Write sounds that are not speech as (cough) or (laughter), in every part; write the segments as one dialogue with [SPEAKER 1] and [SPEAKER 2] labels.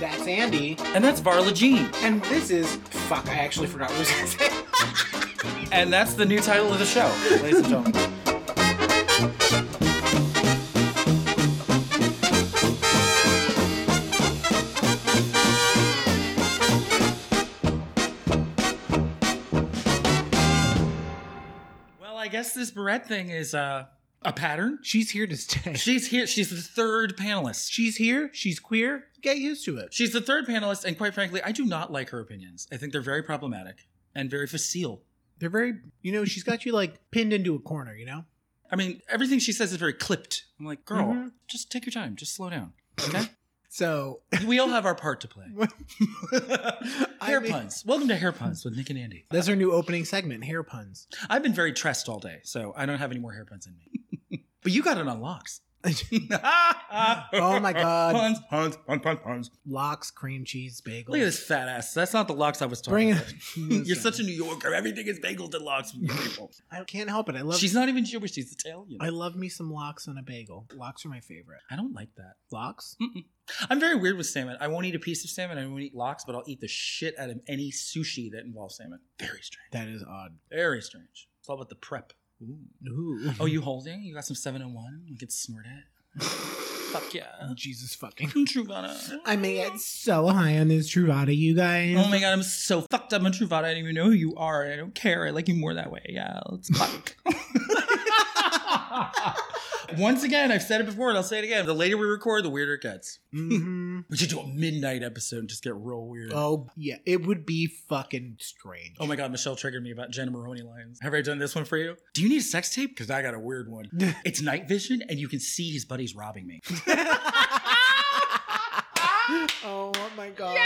[SPEAKER 1] That's Andy.
[SPEAKER 2] And that's Varla Jean.
[SPEAKER 1] And this is. Fuck, I actually forgot what I was going
[SPEAKER 2] (laughs)
[SPEAKER 1] to say.
[SPEAKER 2] And that's the new title of the show, ladies and gentlemen. Well, I guess this Barrette thing is uh, a pattern.
[SPEAKER 1] She's here to stay.
[SPEAKER 2] She's here. She's the third panelist.
[SPEAKER 1] She's here. She's queer. Get used to it.
[SPEAKER 2] She's the third panelist, and quite frankly, I do not like her opinions. I think they're very problematic and very facile.
[SPEAKER 1] They're very, you know, she's got you like pinned into a corner, you know?
[SPEAKER 2] I mean, everything she says is very clipped. I'm like, girl,
[SPEAKER 1] Mhm.
[SPEAKER 2] just take your time, just slow down. Okay,
[SPEAKER 1] So, (laughs)
[SPEAKER 2] we all have our part to play. hair
[SPEAKER 1] mean-
[SPEAKER 2] puns. Welcome to hair puns with Nick and Andy.
[SPEAKER 1] that's our new opening segment hair puns.
[SPEAKER 2] I've been very tressed all day, so I don't have any more hair puns in me.
[SPEAKER 1] (laughs)
[SPEAKER 2] but you got it on locks. oh
[SPEAKER 1] Oh my God.
[SPEAKER 2] Puns, puns, pun, pun, puns.
[SPEAKER 1] Locks, cream cheese, bagels.
[SPEAKER 2] Look at this fat ass. That's not the locks I was talking
[SPEAKER 1] Bring it.
[SPEAKER 2] about. (laughs) You're such a New Yorker. Everything is bagels
[SPEAKER 1] (laughs)
[SPEAKER 2] and locks. with you people.
[SPEAKER 1] I can't help it. I love.
[SPEAKER 2] She's not even Jewish. She's Italian.
[SPEAKER 1] I love me some locks on a bagel. Locks are my favorite.
[SPEAKER 2] I don't like that.
[SPEAKER 1] Locks?
[SPEAKER 2] I'm very weird with salmon. I won't eat a piece of salmon. I won't eat locks, but I'll eat the shit out of any sushi that involves salmon. Very strange.
[SPEAKER 1] That is odd.
[SPEAKER 2] Very strange. It's all about the prep.
[SPEAKER 1] Ooh.
[SPEAKER 2] Oh, you holding? You got some 701? We could snort it. Fuck yeah.
[SPEAKER 1] (laughs) Jesus fucking.
[SPEAKER 2] Truvada.
[SPEAKER 1] I may get so high on this Truvada, you guys. (laughs)
[SPEAKER 2] Oh my god, I'm so fucked up on Truvada. I don't even know who you are. and I don't care. I like you more that way. Yeah, let's fuck. (laughs) Once again, I've said it before and I'll say it again. The later we record, the weirder it gets.
[SPEAKER 1] Mhm.
[SPEAKER 2] We should do a midnight episode and just get real weird.
[SPEAKER 1] Oh, yeah. It would be fucking strange. (laughs)
[SPEAKER 2] Oh my God, Michelle triggered me about Jenna Maroney lines. Have I done this one for you? Do you need a sex tape? Because I got a weird one. It's night vision, and you can see his buddies robbing me.
[SPEAKER 1] oh my god.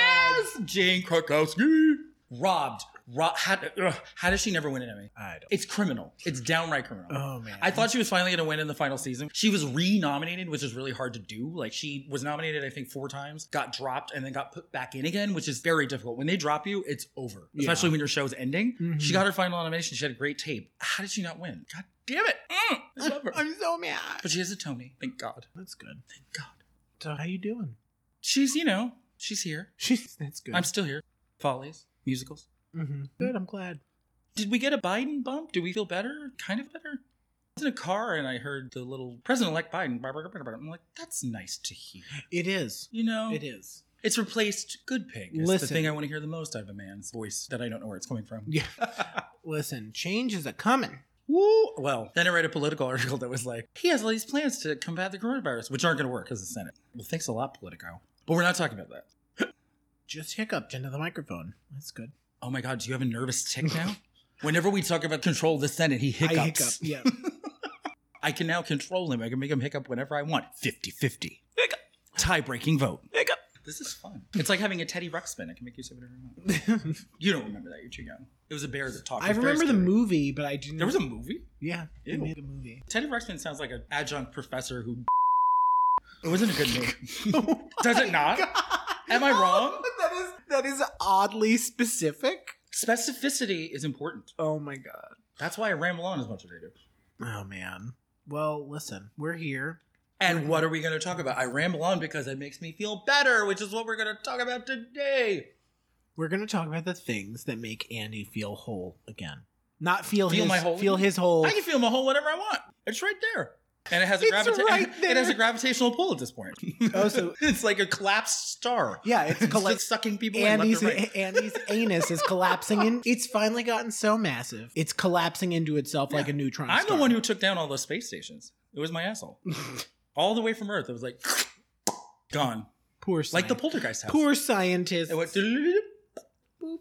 [SPEAKER 2] Jane Krakowski robbed. Ro- how, ugh, how does she never win an Emmy?
[SPEAKER 1] I don't.
[SPEAKER 2] It's criminal. It's downright criminal.
[SPEAKER 1] Oh man.
[SPEAKER 2] I thought she was finally going to win in the final season. She was re-nominated, which is really hard to do. Like she was nominated, I think, four times, got dropped, and then got put back in again, which is very difficult. When they drop you, it's over,
[SPEAKER 1] Yeah.
[SPEAKER 2] especially when your show's ending.
[SPEAKER 1] Mhm.
[SPEAKER 2] She got her final nomination. She had a great tape. How did she not win? God damn it! Mm, I
[SPEAKER 1] (laughs)
[SPEAKER 2] love her.
[SPEAKER 1] I'm so mad.
[SPEAKER 2] but she has a Tony. Thank God.
[SPEAKER 1] That's good.
[SPEAKER 2] Thank God.
[SPEAKER 1] So how you doing?
[SPEAKER 2] She's you know she's here.
[SPEAKER 1] She's that's good.
[SPEAKER 2] I'm still here. Follies, musicals.
[SPEAKER 1] Mhm. Good. I'm glad.
[SPEAKER 2] Did we get a Biden bump? Do we feel better? Kind of better. I was in a car and I heard the little President-elect Biden. I'm like, that's nice to hear.
[SPEAKER 1] It is.
[SPEAKER 2] You know,
[SPEAKER 1] It is.
[SPEAKER 2] It's replaced Good Pig. It's
[SPEAKER 1] Listen.
[SPEAKER 2] the thing I want to hear the most out of a man's voice that I don't know where it's coming from. (laughs)
[SPEAKER 1] Yeah. Listen, change is a coming.
[SPEAKER 2] Woo! Well, then I read a political (laughs) article that was like, he has all these plans to combat the coronavirus, which aren't going to work because the Senate. Well, thanks a lot, Politico. But we're not talking about that.
[SPEAKER 1] Just hiccuped into the microphone. That's good.
[SPEAKER 2] Oh my God, do you have a nervous
[SPEAKER 1] (laughs)
[SPEAKER 2] tick now? Whenever we talk about control of the Senate, he hiccups.
[SPEAKER 1] I
[SPEAKER 2] I,
[SPEAKER 1] hiccup. Yeah.
[SPEAKER 2] can now control him. I can make him hiccup whenever I want. 50 50. Hiccup. Tie breaking vote. Hiccup. This is fun. It's like having a Teddy Ruxpin. I can make you say whatever I want.
[SPEAKER 1] (laughs)
[SPEAKER 2] You don't remember that. You're too young. It was a bear that talked.
[SPEAKER 1] I
[SPEAKER 2] It was very
[SPEAKER 1] remember the
[SPEAKER 2] scary.
[SPEAKER 1] movie, but I didn't.
[SPEAKER 2] There was a movie?
[SPEAKER 1] yeah. They
[SPEAKER 2] Ew.
[SPEAKER 1] made a
[SPEAKER 2] (laughs)
[SPEAKER 1] movie.
[SPEAKER 2] Teddy Ruxpin sounds like an adjunct professor who. (laughs) It wasn't a good
[SPEAKER 1] (laughs)
[SPEAKER 2] name. Does
[SPEAKER 1] Oh
[SPEAKER 2] it not? (laughs) Am I wrong?
[SPEAKER 1] that is that is oddly specific.
[SPEAKER 2] Specificity is important.
[SPEAKER 1] Oh my god.
[SPEAKER 2] That's why I ramble on as much as I do.
[SPEAKER 1] Oh man. Well, listen, we're here. Mm.
[SPEAKER 2] And what are we going to talk about? I ramble on because it makes me feel better, which is what we're going to talk about today.
[SPEAKER 1] We're gonna talk about the things that make Andy feel whole again. Not feel,
[SPEAKER 2] Feel
[SPEAKER 1] his
[SPEAKER 2] my whole-
[SPEAKER 1] feel his whole.
[SPEAKER 2] I can feel my whole whenever I want. It's right there. And it has a
[SPEAKER 1] It's
[SPEAKER 2] gravita-
[SPEAKER 1] right
[SPEAKER 2] (laughs) It has
[SPEAKER 1] there.
[SPEAKER 2] a gravitational pull at this point.
[SPEAKER 1] Oh, so-
[SPEAKER 2] (laughs) it's like a collapsed star.
[SPEAKER 1] yeah, it's
[SPEAKER 2] (laughs) It's
[SPEAKER 1] collect-
[SPEAKER 2] just sucking people
[SPEAKER 1] Andy's
[SPEAKER 2] in left and
[SPEAKER 1] (laughs)
[SPEAKER 2] right.
[SPEAKER 1] Andy's anus is collapsing
[SPEAKER 2] (laughs)
[SPEAKER 1] in. It's finally gotten so massive, it's collapsing into itself like a neutron.
[SPEAKER 2] I'm the
[SPEAKER 1] star.
[SPEAKER 2] one who took down all those space stations. It was my
[SPEAKER 1] (laughs)
[SPEAKER 2] asshole. all the way from Earth. It was like gone.
[SPEAKER 1] poor
[SPEAKER 2] Like the
[SPEAKER 1] scientist.
[SPEAKER 2] poltergeist house.
[SPEAKER 1] poor scientist.
[SPEAKER 2] It went
[SPEAKER 1] (laughs)
[SPEAKER 2] boop.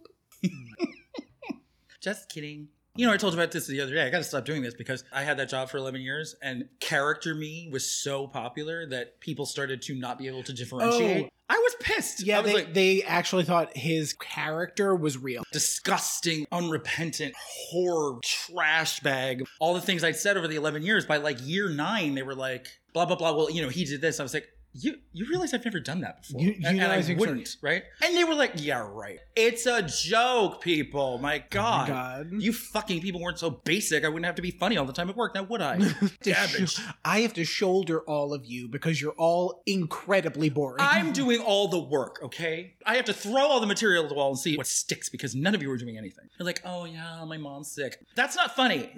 [SPEAKER 2] Just kidding. You know, I told you about this the other day. I got to stop doing this because I had that job for 11 years and character me was so popular that people started to not be able to differentiate.
[SPEAKER 1] Oh.
[SPEAKER 2] I was pissed. I
[SPEAKER 1] yeah,
[SPEAKER 2] was
[SPEAKER 1] they,
[SPEAKER 2] like,
[SPEAKER 1] they actually thought his character was real.
[SPEAKER 2] disgusting, unrepentant, whore, trash bag. All the things I'd said over the 11 years, by like year nine, they were like, blah, blah, blah. Well, you know, he did this. I was like, You you realize I've never done that before.
[SPEAKER 1] You- you
[SPEAKER 2] and, and I
[SPEAKER 1] realize it's-
[SPEAKER 2] wouldn't, right? And they were like, yeah, right. It's a joke, people. My God.
[SPEAKER 1] Oh God.
[SPEAKER 2] You fucking people weren't so basic. I wouldn't have to be funny all the time at work, now would
[SPEAKER 1] (laughs)
[SPEAKER 2] I?
[SPEAKER 1] To
[SPEAKER 2] Damage.
[SPEAKER 1] sho- I have to shoulder all of you because you're all incredibly boring.
[SPEAKER 2] I'm doing all the work, okay? I have to throw all the material at the wall and see what sticks because none of you are doing anything. You're like, oh yeah, my mom's sick. That's not funny.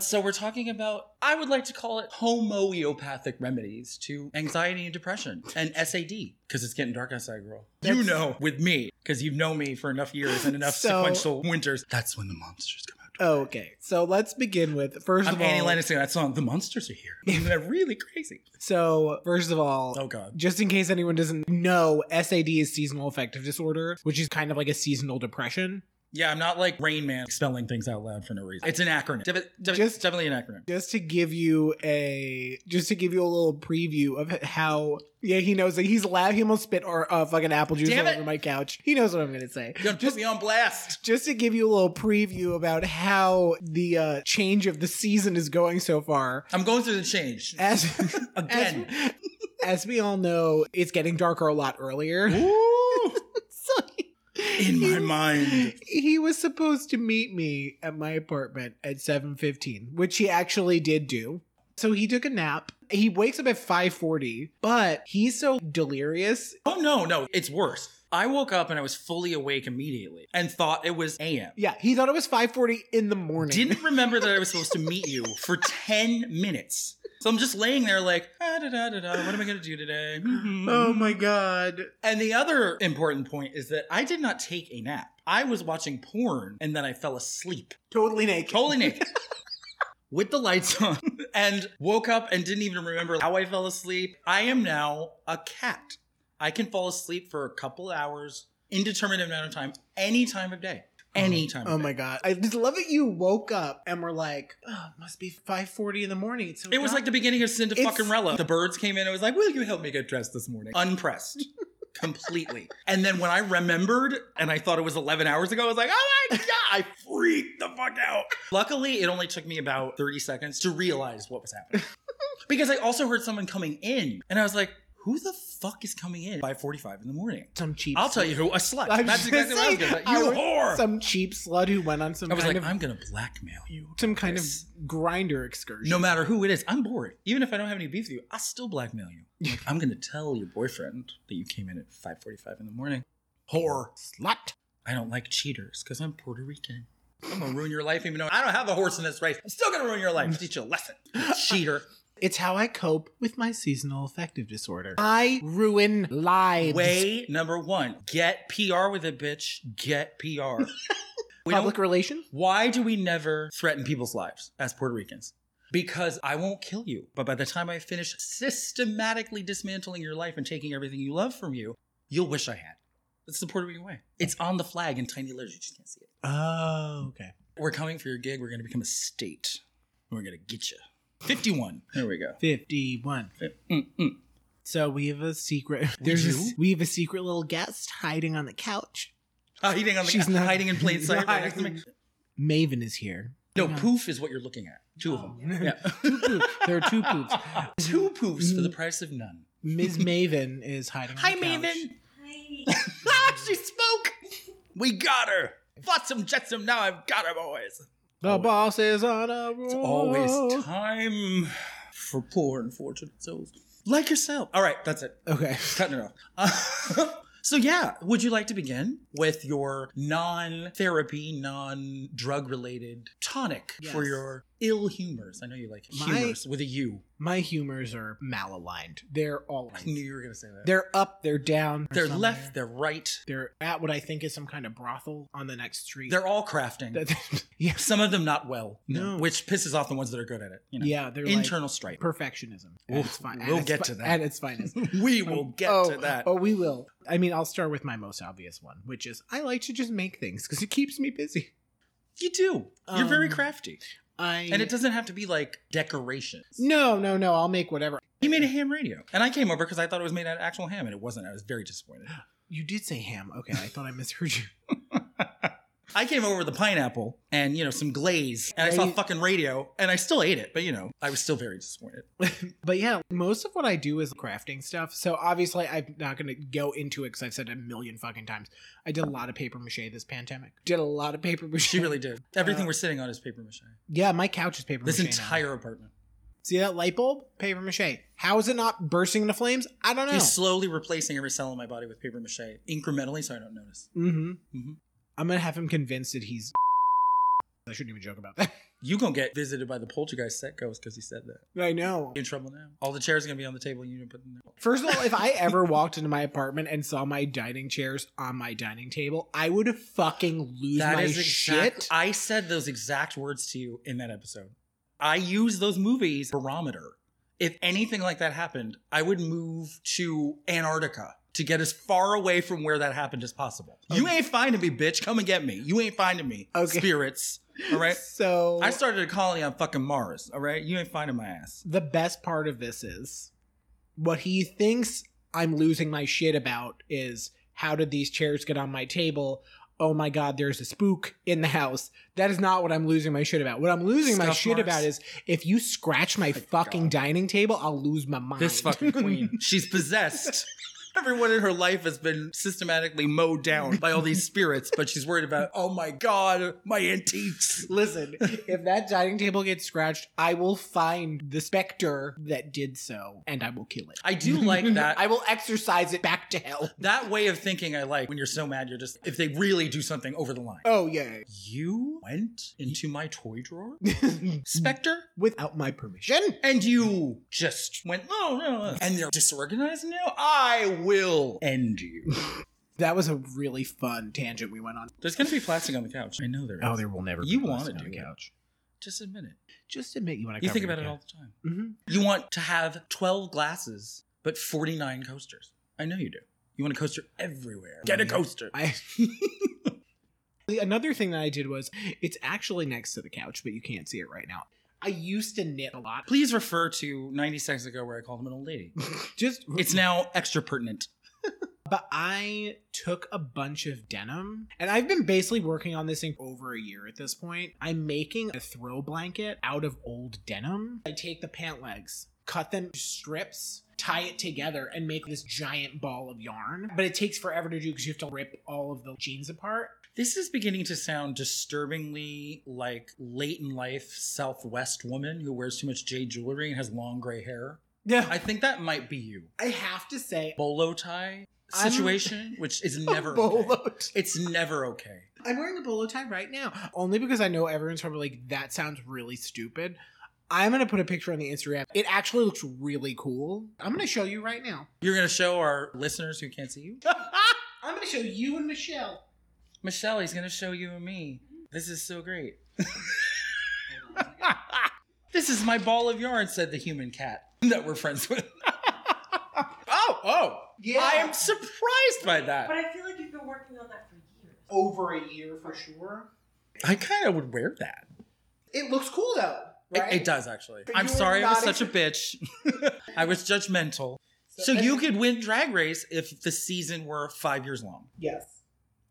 [SPEAKER 2] So we're talking about I would like to call it homeopathic remedies to anxiety and depression and SAD because it's getting dark outside, girl. you
[SPEAKER 1] That's-
[SPEAKER 2] know, with me because you've known me for enough years and enough
[SPEAKER 1] So-
[SPEAKER 2] sequential winters. That's when the monsters come out.
[SPEAKER 1] (laughs) okay, so let's begin with first
[SPEAKER 2] I'm
[SPEAKER 1] of all.
[SPEAKER 2] Annie Lennox singing that song. The monsters
[SPEAKER 1] (laughs)
[SPEAKER 2] are here. And They're really crazy.
[SPEAKER 1] So first of all,
[SPEAKER 2] Oh God.
[SPEAKER 1] Just in case anyone doesn't know, SAD is seasonal affective disorder, which is kind of like a seasonal depression.
[SPEAKER 2] Yeah, I'm not like Rain Man spelling things out loud for no reason. It's an acronym. Defi- defi-
[SPEAKER 1] Just-
[SPEAKER 2] definitely an acronym.
[SPEAKER 1] Just to give you a, just to give you a little preview of how, yeah, he knows that he's loud. He almost spit or uh, fucking apple juice
[SPEAKER 2] Damn
[SPEAKER 1] all
[SPEAKER 2] it.
[SPEAKER 1] over my couch. He knows what I'm gonna say.
[SPEAKER 2] You're gonna put me on blast.
[SPEAKER 1] Just to give you a little preview about how the uh, change of the season is going so far.
[SPEAKER 2] I'm going through the change
[SPEAKER 1] As
[SPEAKER 2] (laughs) again.
[SPEAKER 1] as, (laughs) as we all know, it's getting darker a lot earlier.
[SPEAKER 2] Ooh,
[SPEAKER 1] (laughs) So
[SPEAKER 2] in my
[SPEAKER 1] he-
[SPEAKER 2] mind.
[SPEAKER 1] he was supposed to meet me at my apartment at 7:15, which he actually did do. So he took a nap. He wakes up at 5:40, but he's so delirious.
[SPEAKER 2] Oh no, no, it's worse. I woke up and I was fully awake immediately and thought it was
[SPEAKER 1] (laughs)
[SPEAKER 2] AM.
[SPEAKER 1] Yeah, he thought it was 5:40 in the morning.
[SPEAKER 2] Didn't remember that I was supposed to meet you for 10 minutes. So I'm just laying there like, ah, da, da, da, da, what am I going to do today? Mhm.
[SPEAKER 1] (laughs) Oh my god.
[SPEAKER 2] And the other important point is that I did not take a nap. I was watching porn and then I fell asleep.
[SPEAKER 1] Totally naked.
[SPEAKER 2] Totally naked. With the lights on and woke up and didn't even remember how I fell asleep. I am now a cat. I can fall asleep for a couple hours, indeterminate amount of time, any time of day. Any time
[SPEAKER 1] Oh
[SPEAKER 2] of
[SPEAKER 1] my
[SPEAKER 2] day.
[SPEAKER 1] god. I just love that you woke up and were like, oh, it must be 5:40 in the morning. It's so
[SPEAKER 2] It was
[SPEAKER 1] dark."
[SPEAKER 2] like the beginning of Cinda
[SPEAKER 1] It's-
[SPEAKER 2] fucking Rella. The birds came in and was like, Will you help me get dressed this morning?
[SPEAKER 1] (laughs)
[SPEAKER 2] Unpressed. Completely. And then when I remembered and I thought it was 11 hours ago, I was like, oh
[SPEAKER 1] (laughs)
[SPEAKER 2] my God, I freaked the fuck out. Luckily, it only took me about 30 seconds to realize what
[SPEAKER 1] (laughs)
[SPEAKER 2] was happening. because I also heard someone coming in and I was like, who the fuck is coming in by 45 in the morning?
[SPEAKER 1] some cheap
[SPEAKER 2] I'll tell you who, a slut.
[SPEAKER 1] I'm
[SPEAKER 2] That's
[SPEAKER 1] just
[SPEAKER 2] exactly what I was going to
[SPEAKER 1] saying,
[SPEAKER 2] say. You
[SPEAKER 1] I was-
[SPEAKER 2] whore.
[SPEAKER 1] some cheap slut who went on some
[SPEAKER 2] I was
[SPEAKER 1] kind
[SPEAKER 2] like,
[SPEAKER 1] of
[SPEAKER 2] I'm going to blackmail
[SPEAKER 1] (laughs)
[SPEAKER 2] you.
[SPEAKER 1] some kind
[SPEAKER 2] Yes.
[SPEAKER 1] of grinder excursion.
[SPEAKER 2] No matter who it is, I'm bored. Even if I don't have any beef with you, I still blackmail you. Like, I'm gonna tell your boyfriend that you came in at 5:45 in the morning. Whore.
[SPEAKER 1] slut.
[SPEAKER 2] I don't like cheaters because I'm Puerto Rican. I'm gonna ruin your life, even though I don't have a horse in this race. I'm still gonna ruin your life. Teach you a lesson,
[SPEAKER 1] (laughs)
[SPEAKER 2] you cheater.
[SPEAKER 1] It's how I cope with my seasonal affective disorder. I ruin lives.
[SPEAKER 2] Way number one: get PR with it, bitch.
[SPEAKER 1] (laughs)
[SPEAKER 2] Get PR. we don't
[SPEAKER 1] Public relation?
[SPEAKER 2] Why do we never threaten people's lives as Puerto Ricans? Because I won't kill you. But by the time I finish systematically dismantling your life and taking everything you love from you, you'll wish I had. It's the Puerto Rican way. It's on the flag in tiny letters. You just can't see it.
[SPEAKER 1] Oh, okay.
[SPEAKER 2] We're coming for your gig. We're going to become a state. We're going to get you. 51. There we go.
[SPEAKER 1] 51.
[SPEAKER 2] Mm-mm.
[SPEAKER 1] So we have a secret. (laughs)
[SPEAKER 2] We
[SPEAKER 1] There's a
[SPEAKER 2] do?
[SPEAKER 1] s- we have a secret little guest hiding on the couch.
[SPEAKER 2] Hiding on the
[SPEAKER 1] She's not-
[SPEAKER 2] hiding
[SPEAKER 1] (laughs)
[SPEAKER 2] in plain sight. right next to me.
[SPEAKER 1] Maven is here.
[SPEAKER 2] No,
[SPEAKER 1] Hang on.
[SPEAKER 2] poof is what you're looking at. Two of
[SPEAKER 1] Oh,
[SPEAKER 2] them. Yeah.
[SPEAKER 1] (laughs) Two poofs. There are two (laughs) poofs.
[SPEAKER 2] Two poofs for the price of none.
[SPEAKER 1] Ms. Maven is hiding. on
[SPEAKER 2] Hi,
[SPEAKER 1] Mm. the couch.
[SPEAKER 2] Maven.
[SPEAKER 3] Hi.
[SPEAKER 2] Ah, (laughs) she spoke. We got her. Flotsam jetsam. Now I've got her, boys.
[SPEAKER 1] The
[SPEAKER 2] Always-
[SPEAKER 1] boss is on a roll.
[SPEAKER 2] It's
[SPEAKER 1] Oh.
[SPEAKER 2] always time for poor unfortunate souls like yourself. All right, that's it.
[SPEAKER 1] Okay.
[SPEAKER 2] Cutting it off. (laughs) Uh, so yeah, would you like to begin with your non-therapy, non-drug related tonic for
[SPEAKER 1] Yes.
[SPEAKER 2] your ill humors? I know you like
[SPEAKER 1] My-
[SPEAKER 2] humors with a U.
[SPEAKER 1] My humors are malaligned. They're (laughs) all.
[SPEAKER 2] I knew you were gonna say that.
[SPEAKER 1] They're up. They're down.
[SPEAKER 2] They're
[SPEAKER 1] somewhere.
[SPEAKER 2] left. They're right.
[SPEAKER 1] They're at what I think is some kind of brothel on the next street.
[SPEAKER 2] They're all
[SPEAKER 1] (laughs)
[SPEAKER 2] crafting.
[SPEAKER 1] That- yeah,
[SPEAKER 2] Some of them not well,
[SPEAKER 1] No.
[SPEAKER 2] which pisses off the ones that are good at it. You know,
[SPEAKER 1] yeah, they're
[SPEAKER 2] internal stripe.
[SPEAKER 1] like perfectionism. at
[SPEAKER 2] Oof,
[SPEAKER 1] its fi- at
[SPEAKER 2] we'll
[SPEAKER 1] its
[SPEAKER 2] get
[SPEAKER 1] fi-
[SPEAKER 2] to that.
[SPEAKER 1] at its
[SPEAKER 2] (laughs)
[SPEAKER 1] finest.
[SPEAKER 2] we will get
[SPEAKER 1] oh,
[SPEAKER 2] to that.
[SPEAKER 1] Oh, we will. I mean, I'll start with my most obvious one, which is I like to just make things because it keeps me busy.
[SPEAKER 2] You do. You're very
[SPEAKER 1] Um,
[SPEAKER 2] crafty.
[SPEAKER 1] I
[SPEAKER 2] And it doesn't have to be like decorations.
[SPEAKER 1] No, no, no. I'll make whatever.
[SPEAKER 2] You made a ham radio. And I came over because I thought it was made out of actual ham, and it wasn't. I was very disappointed.
[SPEAKER 1] You did say ham. Okay, I thought I misheard you.
[SPEAKER 2] I came over with a pineapple and, you know, some glaze, and I saw
[SPEAKER 1] Right.
[SPEAKER 2] fucking radio, and I still ate it, but, you know, I was still very disappointed.
[SPEAKER 1] But yeah, most of what I do is crafting stuff. So obviously, I'm not going to go into it because I've said it a million fucking times. I did a lot of paper mache this pandemic. Did a lot of paper mache.
[SPEAKER 2] She
[SPEAKER 1] (laughs)
[SPEAKER 2] really did. Everything we're sitting on is paper mache.
[SPEAKER 1] yeah, my couch is paper
[SPEAKER 2] This
[SPEAKER 1] Uh, mache. now.
[SPEAKER 2] entire apartment.
[SPEAKER 1] See that light bulb? Paper mache. How is it not bursting into flames? I don't know.
[SPEAKER 2] She's slowly replacing every cell in my body with paper mache, incrementally, so I don't notice.
[SPEAKER 1] hmm
[SPEAKER 2] Mhm.
[SPEAKER 1] I'm going to have him convinced that he's. (laughs) I shouldn't even joke about that. (laughs)
[SPEAKER 2] You gonna get visited by the poltergeist set ghost because he said that.
[SPEAKER 1] I know.
[SPEAKER 2] You in trouble now. All the chairs are gonna be on the table. and You didn't put them there.
[SPEAKER 1] First of all, if I
[SPEAKER 2] (laughs)
[SPEAKER 1] ever walked into my apartment and saw my dining chairs on my dining table, I would fucking lose my
[SPEAKER 2] That is
[SPEAKER 1] shit.
[SPEAKER 2] exact. I said those exact words to you in that episode. I use those movies barometer. If anything like that happened, I would move to Antarctica to get as far away from where that happened as possible. You ain't finding me, bitch. Come and get me. You ain't finding me.
[SPEAKER 1] Okay. (laughs)
[SPEAKER 2] Spirits. All right.
[SPEAKER 1] So
[SPEAKER 2] I started a colony on fucking Mars. All right. You ain't finding my ass.
[SPEAKER 1] the best part of this is what he thinks I'm losing my shit about is how did these chairs get on my table? Oh my god, there's a spook in the house. That is not what I'm losing my shit about. What I'm losing my
[SPEAKER 2] Scuff
[SPEAKER 1] shit
[SPEAKER 2] marks.
[SPEAKER 1] about is if you scratch my, fucking
[SPEAKER 2] God.
[SPEAKER 1] dining table, I'll lose my mind.
[SPEAKER 2] This
[SPEAKER 1] (laughs)
[SPEAKER 2] fucking queen. (laughs) She's possessed. (laughs) Everyone in her life has been systematically mowed down by all these spirits, but she's worried about, oh my God, my antiques.
[SPEAKER 1] Listen, if that dining table gets scratched, I will find the specter that did so and I will kill it.
[SPEAKER 2] I do (laughs)
[SPEAKER 1] (laughs)
[SPEAKER 2] like that.
[SPEAKER 1] I will exercise it back to hell.
[SPEAKER 2] that way of thinking I like when you're so mad, you're just, if they really do something over the line.
[SPEAKER 1] Oh, yeah.
[SPEAKER 2] You
[SPEAKER 1] (laughs)
[SPEAKER 2] went into my toy (laughs) drawer, Spectre,
[SPEAKER 1] Without my permission.
[SPEAKER 2] and you just went, no, no, no. And they're disorganized now? I will end you.
[SPEAKER 1] That was a really fun tangent we went on.
[SPEAKER 2] There's going to be plastic on the couch. I know Oh, there is.
[SPEAKER 1] Oh, will never.
[SPEAKER 2] You
[SPEAKER 1] plastic
[SPEAKER 2] wanna
[SPEAKER 1] on
[SPEAKER 2] do
[SPEAKER 1] the
[SPEAKER 2] it.
[SPEAKER 1] couch?
[SPEAKER 2] Just admit it.
[SPEAKER 1] Just admit you want to.
[SPEAKER 2] You think about it all the time.
[SPEAKER 1] hmm
[SPEAKER 2] You want to have 12 glasses, but 49 coasters. I know you do. You want a coaster everywhere. Get a coaster.
[SPEAKER 1] I. Mm-hmm. The- Another thing that I (laughs) did was it's actually next to the couch, but you can't see it right now. I used to knit a lot.
[SPEAKER 2] Please refer to 90 seconds ago where I called him an old (laughs) lady.
[SPEAKER 1] Just
[SPEAKER 2] It's now extra pertinent.
[SPEAKER 1] but I took a bunch of denim and I've been basically working on this thing for over a year at this point. I'm making a throw blanket out of old denim. I take the pant legs, cut them to strips, tie it together, and make this giant ball of yarn. But it takes forever to do because you have to rip all of the jeans apart.
[SPEAKER 2] This is beginning to sound disturbingly like late in life Southwest woman who wears too much jade jewelry and has long gray hair.
[SPEAKER 1] Yeah.
[SPEAKER 2] I think that might be you.
[SPEAKER 1] I have to say,
[SPEAKER 2] Bolo tie
[SPEAKER 1] I'm-
[SPEAKER 2] situation, which is
[SPEAKER 1] (laughs)
[SPEAKER 2] never
[SPEAKER 1] a bolo
[SPEAKER 2] okay.
[SPEAKER 1] tie.
[SPEAKER 2] It's never okay.
[SPEAKER 1] I'm wearing a bolo tie right now, only because I know everyone's probably like, that sounds really stupid. I'm gonna put a picture on the Instagram. It actually looks really cool. I'm gonna show you right
[SPEAKER 2] (laughs)
[SPEAKER 1] now.
[SPEAKER 2] You're going to show our listeners who can't
[SPEAKER 1] (laughs)
[SPEAKER 2] see you?
[SPEAKER 1] I'm gonna show you and Michelle.
[SPEAKER 2] Michelle, he's gonna show you and me. This is
[SPEAKER 1] (laughs)
[SPEAKER 2] so great. this is my ball of yarn, said the human cat (laughs) that we're friends
[SPEAKER 1] (laughs)
[SPEAKER 2] with. oh, oh.
[SPEAKER 1] Yeah.
[SPEAKER 2] I am surprised by that.
[SPEAKER 3] But I feel like you've been working on that for years.
[SPEAKER 2] Oh
[SPEAKER 1] Over a year for sure.
[SPEAKER 2] I kind of would wear that.
[SPEAKER 1] It looks cool though,
[SPEAKER 2] It-
[SPEAKER 1] right?
[SPEAKER 2] It, does, actually.
[SPEAKER 1] But
[SPEAKER 2] I'm
[SPEAKER 1] you were
[SPEAKER 2] sorry I was
[SPEAKER 1] not
[SPEAKER 2] such a bitch.
[SPEAKER 1] (laughs)
[SPEAKER 2] I was judgmental. So,
[SPEAKER 1] and-
[SPEAKER 2] you could win Drag Race if the season were five years long
[SPEAKER 1] Yes.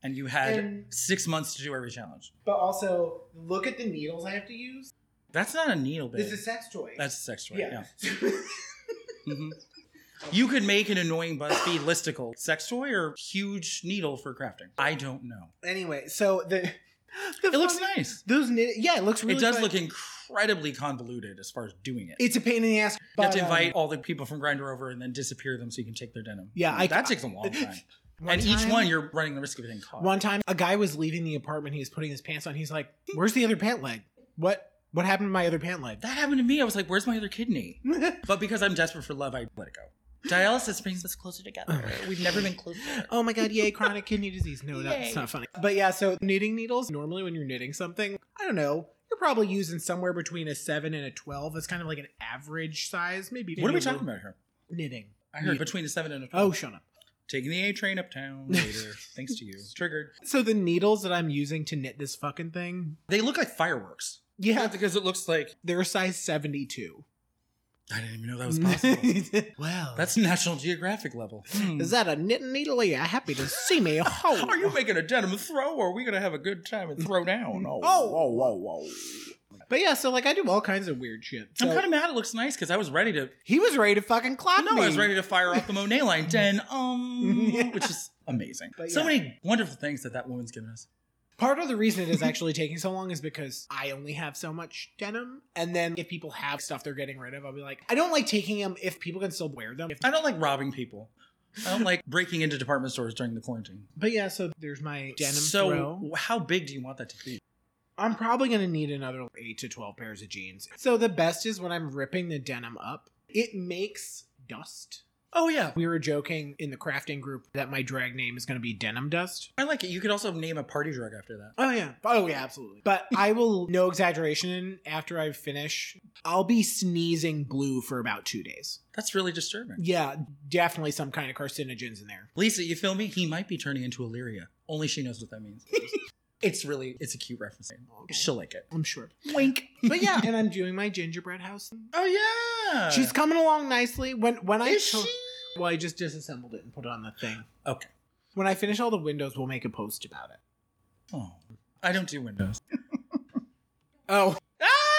[SPEAKER 2] and you had
[SPEAKER 1] And-
[SPEAKER 2] six months to do every challenge.
[SPEAKER 1] But also, look at the needles I have to use.
[SPEAKER 2] That's not a needle, babe.
[SPEAKER 1] This is a sex toy.
[SPEAKER 2] That's a sex toy. yeah.
[SPEAKER 1] yeah.
[SPEAKER 2] Mhm. You could make an annoying BuzzFeed listicle, sex toy or huge needle for crafting. I don't know.
[SPEAKER 1] (laughs) anyway, so the, the
[SPEAKER 2] It looks
[SPEAKER 1] funny-
[SPEAKER 2] nice.
[SPEAKER 1] Those knit, yeah, it looks really.
[SPEAKER 2] It does
[SPEAKER 1] fun.
[SPEAKER 2] look incredibly convoluted as far as doing it.
[SPEAKER 1] It's a pain in the ass.
[SPEAKER 2] You
[SPEAKER 1] but,
[SPEAKER 2] have to
[SPEAKER 1] um,
[SPEAKER 2] invite all the people from Grinder over and then disappear them so you can take their denim.
[SPEAKER 1] Yeah, I-
[SPEAKER 2] that takes a long time.
[SPEAKER 1] (laughs) um, one
[SPEAKER 2] and each
[SPEAKER 1] time-
[SPEAKER 2] one, you're running the risk of getting caught.
[SPEAKER 1] One time, a guy was leaving the apartment. He was putting his pants on. He's like, "Where's the other pant leg? What? What happened to my other pant leg?"
[SPEAKER 2] That happened to me. I was like, "Where's my other
[SPEAKER 1] (laughs)
[SPEAKER 2] kidney?" But because I'm desperate for love, I let it go. Dialysis brings us closer together. We've never been closer.
[SPEAKER 1] (laughs) Oh my god, yay, chronic kidney disease. No, that's
[SPEAKER 2] Yay.
[SPEAKER 1] not funny. But yeah, so knitting needles, normally when you're knitting something, I don't know, you're probably using somewhere between a 7 and a 12. That's kind of like an average size, maybe.
[SPEAKER 2] What are
[SPEAKER 1] maybe
[SPEAKER 2] we
[SPEAKER 1] a
[SPEAKER 2] talking
[SPEAKER 1] little-
[SPEAKER 2] about here?
[SPEAKER 1] Knitting.
[SPEAKER 2] I heard
[SPEAKER 1] Yeah.
[SPEAKER 2] between a seven and a twelve.
[SPEAKER 1] Oh, shut up.
[SPEAKER 2] Taking the A train
[SPEAKER 1] (laughs)
[SPEAKER 2] uptown later, thanks to you. Triggered.
[SPEAKER 1] So the needles that I'm using to knit this fucking thing,
[SPEAKER 2] They look like fireworks.
[SPEAKER 1] yeah,
[SPEAKER 2] because it looks like
[SPEAKER 1] they're a size 72.
[SPEAKER 2] I didn't even know that
[SPEAKER 1] (laughs)
[SPEAKER 2] was possible.
[SPEAKER 1] well,
[SPEAKER 2] That's National Geographic level. Hmm.
[SPEAKER 1] is that a knit needle? Are you happy to see me? Oh,
[SPEAKER 2] (laughs) Are you making a denim throw, or are we gonna have a good time and
[SPEAKER 1] (laughs)
[SPEAKER 2] throw down? Oh,
[SPEAKER 1] Oh.
[SPEAKER 2] whoa, whoa, whoa!
[SPEAKER 1] But yeah, so like I do all kinds of weird shit. So
[SPEAKER 2] I'm kind of mad. It looks nice because I was ready to.
[SPEAKER 1] he was ready to fucking clock
[SPEAKER 2] No,
[SPEAKER 1] me.
[SPEAKER 2] I was ready to fire off the Monet
[SPEAKER 1] (laughs)
[SPEAKER 2] line. Den, um,
[SPEAKER 1] Yeah.
[SPEAKER 2] which is amazing.
[SPEAKER 1] But
[SPEAKER 2] So
[SPEAKER 1] yeah.
[SPEAKER 2] many wonderful things that that woman's given us.
[SPEAKER 1] Part of the reason it is actually taking so long is because I only have so much denim, and then if people have stuff they're getting rid of, I'll be like, I don't like taking them if people can still wear them. If,
[SPEAKER 2] I don't like robbing people. I don't like breaking into department stores during the quarantine.
[SPEAKER 1] but yeah, so there's my denim
[SPEAKER 2] so,
[SPEAKER 1] throw.
[SPEAKER 2] how big do you want that to be?
[SPEAKER 1] I'm probably going to need another 8 to 12 pairs of jeans. So the best is when I'm ripping the denim up, it makes dust.
[SPEAKER 2] Oh yeah,
[SPEAKER 1] We were joking in the crafting group that my drag name is going to be Denim Dust.
[SPEAKER 2] I like it. You could also name a party drug after that.
[SPEAKER 1] Oh yeah. Oh yeah, absolutely. (laughs) But I will no exaggeration after I finish, I'll be sneezing blue for about 2 days.
[SPEAKER 2] That's really disturbing.
[SPEAKER 1] Yeah, definitely some kind of carcinogens in there.
[SPEAKER 2] Lisa, you feel me? He might be turning into Illyria. Only she knows what that (laughs) means. it's really, it's a cute reference. She'll like it.
[SPEAKER 1] I'm sure.
[SPEAKER 2] Wink.
[SPEAKER 1] But
[SPEAKER 2] (laughs)
[SPEAKER 1] yeah, (laughs) and I'm doing my gingerbread house.
[SPEAKER 2] Oh yeah.
[SPEAKER 1] She's coming along nicely. When when I
[SPEAKER 2] Is
[SPEAKER 1] to-
[SPEAKER 2] she?
[SPEAKER 1] well, I just disassembled it and put it on the thing.
[SPEAKER 2] Okay.
[SPEAKER 1] When I finish all the windows, we'll make a post about it.
[SPEAKER 2] Oh, I don't do windows.
[SPEAKER 1] Oh,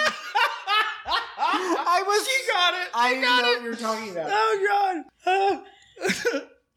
[SPEAKER 1] (laughs) I was.
[SPEAKER 2] she got it.
[SPEAKER 1] I didn't
[SPEAKER 2] got
[SPEAKER 1] know
[SPEAKER 2] it.
[SPEAKER 1] what you were talking (laughs) about.
[SPEAKER 2] Oh god. (laughs) Oh.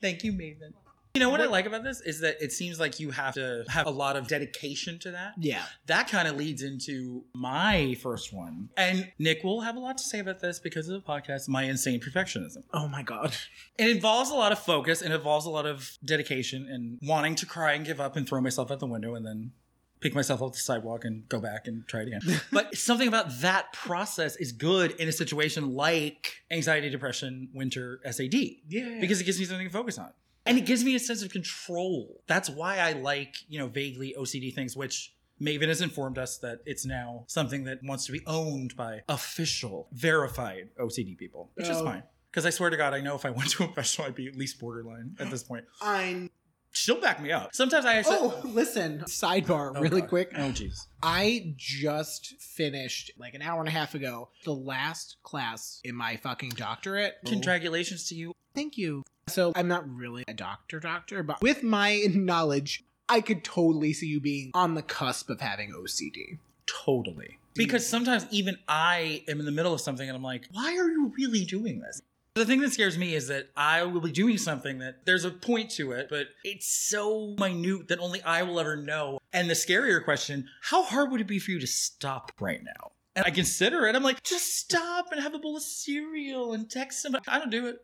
[SPEAKER 2] Thank you, Maven. You know what I like about this is that it seems like you have to have a lot of dedication to that.
[SPEAKER 1] Yeah.
[SPEAKER 2] That kind of leads into my first one. And Nick will have a lot to say about this because of the podcast, My Insane Perfectionism.
[SPEAKER 1] Oh my god.
[SPEAKER 2] It involves a lot of focus and involves a lot of dedication and wanting to cry and give up and throw myself out the window and then pick myself up the sidewalk and go back and try it again. but something about that process is good in a situation like anxiety, depression, winter, SAD
[SPEAKER 1] Yeah. Because
[SPEAKER 2] because it gives me something to focus on and it gives me a sense of control that's why i like you know vaguely ocd things which maven has informed us that it's now something that wants to be owned by official verified ocd people which is
[SPEAKER 1] Oh.
[SPEAKER 2] fine because i swear to god i know if i went to a (laughs) professional i'd be at least borderline at this point
[SPEAKER 1] I'm.
[SPEAKER 2] she'll back me up sometimes i actually
[SPEAKER 1] oh, listen. Sidebar,
[SPEAKER 2] Oh,
[SPEAKER 1] really
[SPEAKER 2] God.
[SPEAKER 1] quick.
[SPEAKER 2] oh jeez
[SPEAKER 1] I just finished like an hour and a half ago the last class in my fucking doctorate.
[SPEAKER 2] congratulations to you
[SPEAKER 1] Thank you. So I'm not really a doctor doctor, but with my (laughs) knowledge, I could totally see you being on the cusp of having
[SPEAKER 2] (laughs)
[SPEAKER 1] OCD.
[SPEAKER 2] Totally. Because sometimes even I am in the middle of something and I'm like, why are you really doing this? The thing that scares me is that I will be doing something that there's a point to it, but it's so minute that only I will ever know. And the scarier question, how hard would it be for you to stop right now? And I consider it. I'm like, just stop and have a bowl of cereal and text somebody. I don't do it.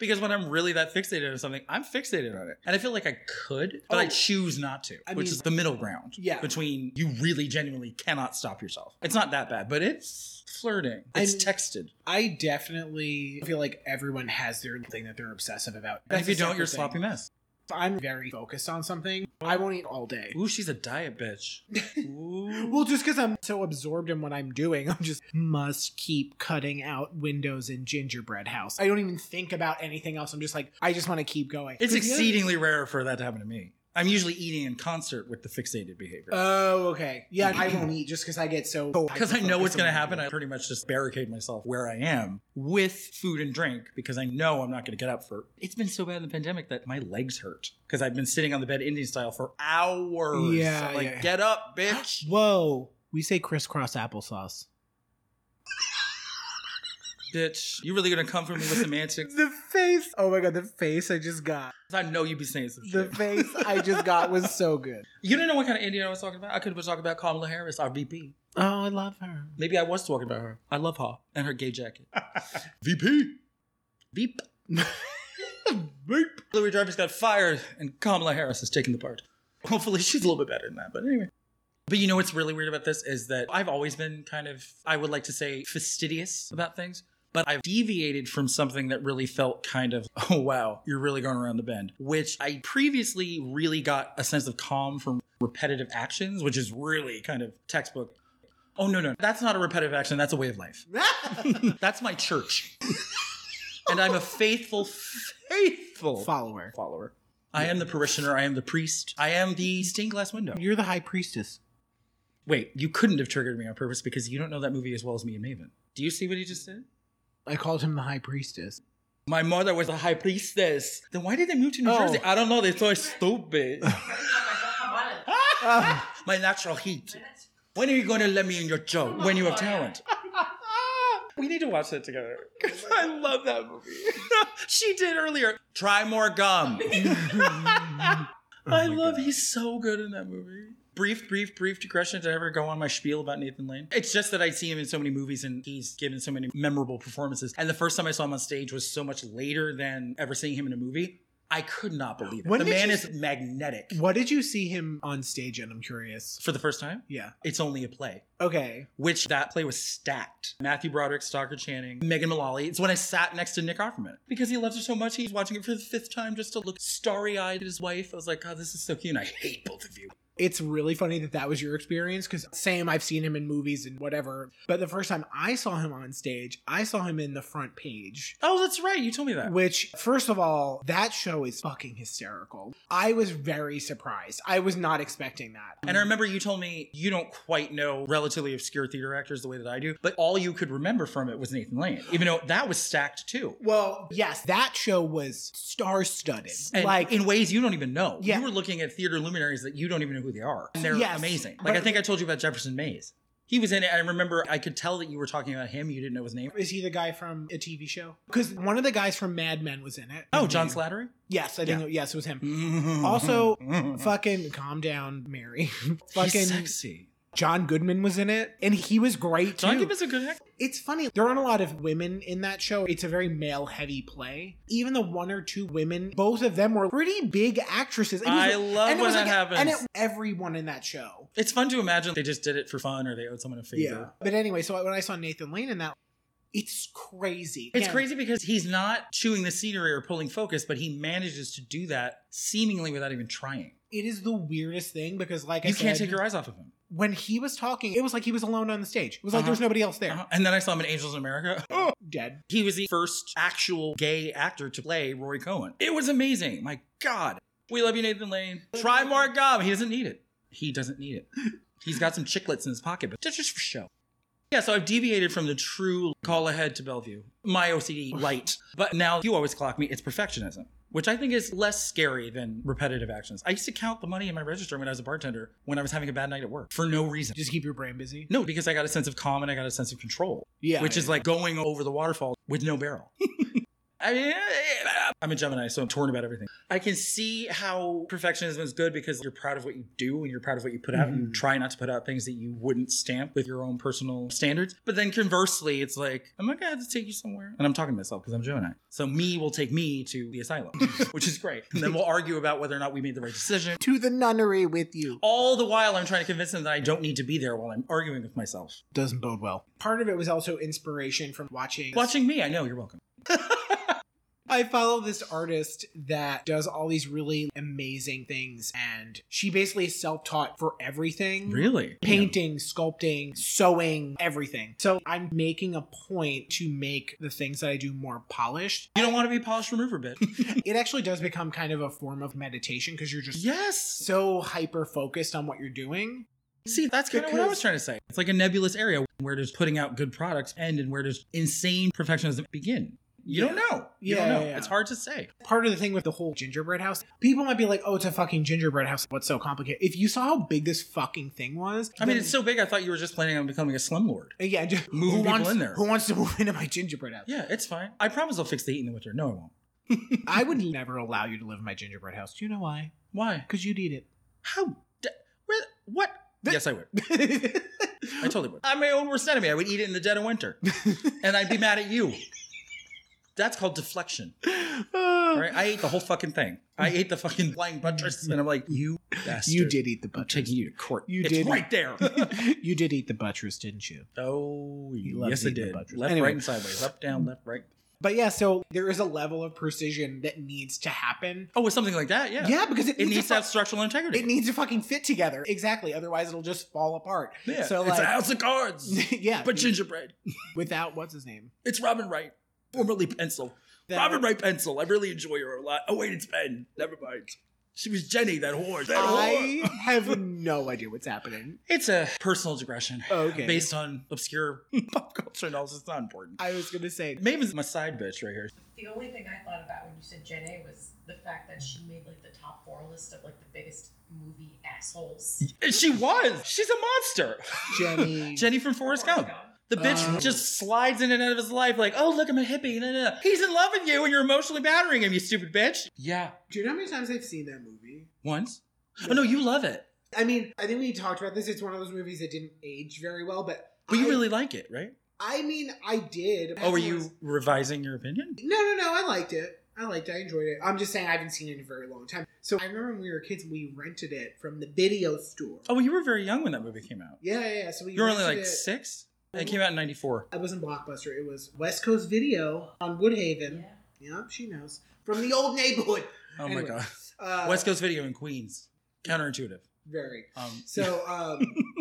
[SPEAKER 2] because when I'm really that fixated on something, I'm fixated on it. And I feel like I could, but I
[SPEAKER 1] Oh.
[SPEAKER 2] choose not to,
[SPEAKER 1] I
[SPEAKER 2] which
[SPEAKER 1] mean-
[SPEAKER 2] is the middle ground
[SPEAKER 1] Yeah.
[SPEAKER 2] between you really genuinely cannot stop yourself. It's not that bad, but it's flirting. It's
[SPEAKER 1] I'm-
[SPEAKER 2] texted.
[SPEAKER 1] I definitely feel like everyone has their thing that they're obsessive about.
[SPEAKER 2] And if you
[SPEAKER 1] That's a
[SPEAKER 2] don't, you're a
[SPEAKER 1] separate
[SPEAKER 2] sloppy
[SPEAKER 1] thing.
[SPEAKER 2] mess.
[SPEAKER 1] If I'm very focused on something, I won't eat all day.
[SPEAKER 2] Ooh, she's a diet
[SPEAKER 1] (laughs)
[SPEAKER 2] bitch. Ooh.
[SPEAKER 1] Well, just because I'm so absorbed in what I'm doing, (laughs) I'm just must keep cutting out windows in gingerbread house. I don't even think about anything else. I'm just like, I just want to keep going.
[SPEAKER 2] it's
[SPEAKER 1] 'Cause the other-
[SPEAKER 2] exceedingly rare for that to happen to me. I'm usually eating in concert with the fixated behavior.
[SPEAKER 1] Oh, okay. Yeah, I won't eat just because oh, I get (laughs) so
[SPEAKER 2] Because I know
[SPEAKER 1] hyper-focused
[SPEAKER 2] what's
[SPEAKER 1] on
[SPEAKER 2] going to
[SPEAKER 1] what
[SPEAKER 2] happen, I
[SPEAKER 1] I'm
[SPEAKER 2] pretty much just barricade myself where I am with food and drink because I know I'm not going to get up for. It's been so bad in the pandemic that my legs hurt because I've been sitting on the bed Indian style for hours.
[SPEAKER 1] Yeah, yeah,
[SPEAKER 2] like
[SPEAKER 1] yeah.
[SPEAKER 2] get up,
[SPEAKER 1] doing. (gasps)
[SPEAKER 2] bitch. (laughs)
[SPEAKER 1] Whoa. We say crisscross applesauce.
[SPEAKER 2] bitch, you really gonna come for me with semantics?
[SPEAKER 1] The face. Oh my god, the face I just (laughs) got.
[SPEAKER 2] I know you'd be saying some
[SPEAKER 1] The
[SPEAKER 2] shit.
[SPEAKER 1] face I just got was so good.
[SPEAKER 2] (laughs) You didn't know what kind of Indian I was talking about. I could have been talking about Kamala Harris, our VP.
[SPEAKER 1] (laughs) Oh, I love (laughs) her.
[SPEAKER 2] Maybe I was talking about her. I love her and her gay jacket. VP. (laughs) Beep. Beep. Louis Dreyfus got fired, and Kamala Harris has taken the part. Hopefully, she's a little bit better than that. But anyway. But you know what's really weird about this is that I've always been kind of, I would like to say, fastidious about things. But I've deviated from something that really felt kind of, (laughs) oh wow, you're really going around the bend, which I previously really got a sense of calm from repetitive actions, which is really kind of textbook. Oh no, no, that's not a repetitive action, that's a way of life. That's my church. and I'm a faithful, faithful
[SPEAKER 1] Follower.
[SPEAKER 2] follower. I am the parishioner. I am the priest. I am the stained glass window.
[SPEAKER 1] You're the high priestess.
[SPEAKER 2] Wait, you couldn't have triggered me on purpose because you don't know that movie as well as me and Maven. Do you see what he just did?
[SPEAKER 1] I called him the high priestess.
[SPEAKER 2] My mother was a high priestess. Then why did they move to New
[SPEAKER 1] Oh.
[SPEAKER 2] Jersey? I don't know. They thought it's stupid.
[SPEAKER 3] That's
[SPEAKER 2] My natural heat. When are you going to let me in your joke? When you have talent. (laughs) We need to watch that together. (laughs) I love that movie. (laughs) she did earlier. Try more (laughs) gum.
[SPEAKER 1] Oh
[SPEAKER 2] I love he's so good in that movie. Brief, brief, brief digression. Did I ever go on my spiel about Nathan Lane? It's just that I'd seen him in so many movies and he's given so many memorable performances. And the first time I saw him on stage was so much later than ever seeing him in a movie. I could not believe it.
[SPEAKER 1] When
[SPEAKER 2] the
[SPEAKER 1] did
[SPEAKER 2] man
[SPEAKER 1] you-
[SPEAKER 2] is magnetic.
[SPEAKER 1] What did you see him on stage in? I'm curious.
[SPEAKER 2] For the first time,
[SPEAKER 1] Yeah.
[SPEAKER 2] it's only a play.
[SPEAKER 1] Okay.
[SPEAKER 2] which that play was stacked. Matthew Broderick, Stalker Channing, Megan Mullally. It's when I sat next to Nick Offerman because he loves her so much. He's watching it for the fifth time just to look starry eyed at his wife. I was like, God, this is so cute. And I hate both of you.
[SPEAKER 1] It's really funny that that was your experience because same, I've seen him in movies and whatever. But the first time I saw him on stage, I saw him in the front page.
[SPEAKER 2] Oh, that's right. You told me that.
[SPEAKER 1] Which, first of all, that show is fucking hysterical. I was very surprised. I was not expecting that.
[SPEAKER 2] And I remember you told me you don't quite know relatively obscure theater actors the way that I do, but all you could remember from it was Nathan Lane, even though that was stacked too.
[SPEAKER 1] Well, yes, that show was star studded.
[SPEAKER 2] And
[SPEAKER 1] Like,
[SPEAKER 2] in ways you don't even know.
[SPEAKER 1] Yeah.
[SPEAKER 2] You were looking at theater luminaries that you don't even know who they are. And they're
[SPEAKER 1] Yes,
[SPEAKER 2] amazing.
[SPEAKER 1] but-
[SPEAKER 2] Like I think I told you about Jefferson Mays. He was in it. I remember I could tell that you were talking about him. You didn't know his name.
[SPEAKER 1] is he the guy from a TV show? Because one of the guys from Mad Men was in it.
[SPEAKER 2] Oh, John Slattery?
[SPEAKER 1] Yes, I think yes, it was him. (laughs) Also,
[SPEAKER 2] (laughs) also,
[SPEAKER 1] Fucking calm down, Mary. (laughs)
[SPEAKER 2] fucking
[SPEAKER 1] Fucking
[SPEAKER 2] sexy.
[SPEAKER 1] John Goodman was in it, and he was great
[SPEAKER 2] John
[SPEAKER 1] too.
[SPEAKER 2] Gibb is a good actor.
[SPEAKER 1] it's funny there aren't a lot of women in that show. It's a very male-heavy play. Even the one or two women, both of them were pretty big actresses. It was-
[SPEAKER 2] I love
[SPEAKER 1] and it
[SPEAKER 2] when
[SPEAKER 1] was
[SPEAKER 2] that
[SPEAKER 1] like a-
[SPEAKER 2] happens.
[SPEAKER 1] And it, everyone in that show.
[SPEAKER 2] it's fun to imagine they just did it for fun or they owed someone a favor.
[SPEAKER 1] But anyway, so when I saw Nathan Lane in that, it's crazy.
[SPEAKER 2] It's
[SPEAKER 1] Again,
[SPEAKER 2] crazy because he's not chewing the scenery or pulling focus, but he manages to do that seemingly without even trying.
[SPEAKER 1] It is the weirdest thing because, like I
[SPEAKER 2] you can't
[SPEAKER 1] said,
[SPEAKER 2] take your eyes off of him.
[SPEAKER 1] when he was talking, it was like he was alone on the stage. It was like
[SPEAKER 2] Uh-huh.
[SPEAKER 1] there was nobody else there.
[SPEAKER 2] Uh-huh. And then I saw him in Angels in America. (laughs)
[SPEAKER 1] (gasps) Dead.
[SPEAKER 2] He was the first actual gay actor to play Roy Cohen. It was amazing. My God. We love you, Nathan Lane. Try more gum. He doesn't need it. He doesn't need it. He's got some chiclets in his pocket, but that's just for show. Yeah, so I've deviated from the true call ahead to Bellevue, my OCD light. But now you always clock me. It's perfectionism, which I think is less scary than repetitive actions. I used to count the money in my register when I was a bartender when I was having a bad night at work for no reason.
[SPEAKER 1] Just keep your brain busy.
[SPEAKER 2] No, because I got a sense of calm and I got a sense of control
[SPEAKER 1] Yeah.
[SPEAKER 2] which is like going over the waterfall with no barrel. I mean, I'm a Gemini, so I'm torn about everything. I can see how perfectionism is good because you're proud of what you do and you're proud of what you put out. and You
[SPEAKER 1] Mhm.
[SPEAKER 2] try not to put out things that you wouldn't stamp with your own personal standards. But then conversely, it's like, oh am I going to have to take you somewhere? And I'm talking to myself because I'm Gemini. So me will take me to the asylum, which is great. And then we'll argue about whether or not we made the right decision.
[SPEAKER 1] to the nunnery with you.
[SPEAKER 2] All the while, I'm trying to convince them that I don't need to be there while I'm arguing with myself.
[SPEAKER 1] Doesn't bode well. Part of it was also inspiration from watching.
[SPEAKER 2] Watching me, I know, you're welcome.
[SPEAKER 1] I follow this artist that does all these really amazing things, and she basically is self taught for everything.
[SPEAKER 2] Really?
[SPEAKER 1] Painting, sculpting, sewing, everything. So I'm making a point to make the things that I do more polished.
[SPEAKER 2] You don't want to be a polished
[SPEAKER 1] (laughs)
[SPEAKER 2] remover, bitch.
[SPEAKER 1] It actually does become kind of a form of meditation because you're just
[SPEAKER 2] yes.
[SPEAKER 1] so hyper focused on what you're doing.
[SPEAKER 2] See, that's kind of what I
[SPEAKER 1] Because-
[SPEAKER 2] was trying to say. It's like a nebulous area. Where does putting out good products end and where does insane perfectionism begin? You don't know. You
[SPEAKER 1] Yeah,
[SPEAKER 2] don't know.
[SPEAKER 1] yeah, yeah.
[SPEAKER 2] It's hard to say.
[SPEAKER 1] part of the thing with the whole gingerbread house, people might be like, "Oh, it's a fucking gingerbread house. What's so complicated?" If you saw how big this fucking thing was,
[SPEAKER 2] I mean,
[SPEAKER 1] then-
[SPEAKER 2] it's so big, I thought you were just planning on becoming a slumlord.
[SPEAKER 1] yeah, just
[SPEAKER 2] Move
[SPEAKER 1] who
[SPEAKER 2] people
[SPEAKER 1] wants,
[SPEAKER 2] in there.
[SPEAKER 1] Who wants to (laughs) move into my gingerbread house?
[SPEAKER 2] Yeah, it's fine. I promise I'll fix the heat in the winter. No, I won't.
[SPEAKER 1] I would never allow you to live in my gingerbread house. Do you know why?
[SPEAKER 2] Why?
[SPEAKER 1] Because you'd eat
[SPEAKER 2] How? Da- where? What?
[SPEAKER 1] Th-
[SPEAKER 2] yes, I would.
[SPEAKER 1] it. (laughs)
[SPEAKER 2] I totally would. I'm my own worst enemy. I would eat it in the dead
[SPEAKER 1] (laughs)
[SPEAKER 2] of winter. and I'd be mad at you. That's called deflection. All (laughs) right? I ate the whole fucking thing. I ate the fucking flying buttress. And I'm like, you bastard.
[SPEAKER 1] you did eat the
[SPEAKER 2] I'm
[SPEAKER 1] buttress.
[SPEAKER 2] taking you to court.
[SPEAKER 1] You
[SPEAKER 2] it's
[SPEAKER 1] did.
[SPEAKER 2] right (laughs) there.
[SPEAKER 1] (laughs) you did eat the buttress, didn't you?
[SPEAKER 2] oh,
[SPEAKER 1] loves
[SPEAKER 2] yes, I
[SPEAKER 1] eating the
[SPEAKER 2] did.
[SPEAKER 1] buttress.
[SPEAKER 2] Left,
[SPEAKER 1] Anyway.
[SPEAKER 2] right, and sideways. Up, down, left, right.
[SPEAKER 1] But yeah, so there is a level of precision that needs to happen.
[SPEAKER 2] Oh, with something like that, yeah.
[SPEAKER 1] Yeah, because it,
[SPEAKER 2] It needs to have
[SPEAKER 1] fu-
[SPEAKER 2] structural integrity.
[SPEAKER 1] it needs to fucking fit together. Exactly. Otherwise, it'll just fall apart.
[SPEAKER 2] yeah.
[SPEAKER 1] so,
[SPEAKER 2] it's
[SPEAKER 1] like-
[SPEAKER 2] a house of
[SPEAKER 1] (laughs)
[SPEAKER 2] cards,
[SPEAKER 1] yeah,
[SPEAKER 2] but gingerbread.
[SPEAKER 1] without what's his name.
[SPEAKER 2] It's Robin Wright, formerly Pencil.
[SPEAKER 1] That-
[SPEAKER 2] Robin Wright Pencil. I really enjoy her a lot. Oh wait, it's Pen. Never mind. She was Jenny, that whore. That whore.
[SPEAKER 1] I have no idea what's happening.
[SPEAKER 2] It's a personal digression
[SPEAKER 1] Okay.
[SPEAKER 2] based on obscure (laughs) pop culture knowledge. It's not important.
[SPEAKER 1] I was gonna say
[SPEAKER 2] Maven's my side bitch right here.
[SPEAKER 3] The only thing I thought about when you said Jen A was the fact that she made like the top four list of like the biggest movie assholes.
[SPEAKER 2] And she was. She's a monster. (laughs)
[SPEAKER 1] Jenny.
[SPEAKER 2] Jenny from Forrest Gump. The bitch
[SPEAKER 1] Oh.
[SPEAKER 2] just slides in and out of his life like, oh, look, I'm a hippie. No, no, no. He's in love with you and you're emotionally battering him, you stupid bitch. Yeah.
[SPEAKER 1] Do you know how many times I've seen that movie?
[SPEAKER 2] Once. Oh, no, you love it.
[SPEAKER 1] I mean, I think we talked about this. It's one of those movies that didn't age very well, but
[SPEAKER 2] But you
[SPEAKER 1] I-
[SPEAKER 2] really like it, right?
[SPEAKER 1] I mean, I did.
[SPEAKER 2] Oh, were you revising your opinion?
[SPEAKER 1] No, no, no. I liked it. I liked it. I enjoyed it. I'm just saying I haven't seen it in a very long time. So I remember when we were kids, we rented it from the video store.
[SPEAKER 2] Oh, well, you were very young when that movie came out.
[SPEAKER 1] Yeah, yeah. yeah. So we
[SPEAKER 2] You were only
[SPEAKER 1] rented
[SPEAKER 2] like
[SPEAKER 1] it.
[SPEAKER 2] six? It came out in 94.
[SPEAKER 1] It wasn't Blockbuster. It was West Coast Video on Woodhaven.
[SPEAKER 3] Yeah.
[SPEAKER 1] Yeah, she knows from the old neighborhood.
[SPEAKER 2] Oh,
[SPEAKER 1] Anyway,
[SPEAKER 2] my God.
[SPEAKER 1] Uh,
[SPEAKER 2] West Coast Video in Queens. Counterintuitive.
[SPEAKER 1] Very.
[SPEAKER 2] Um,
[SPEAKER 1] So, um,
[SPEAKER 2] (laughs)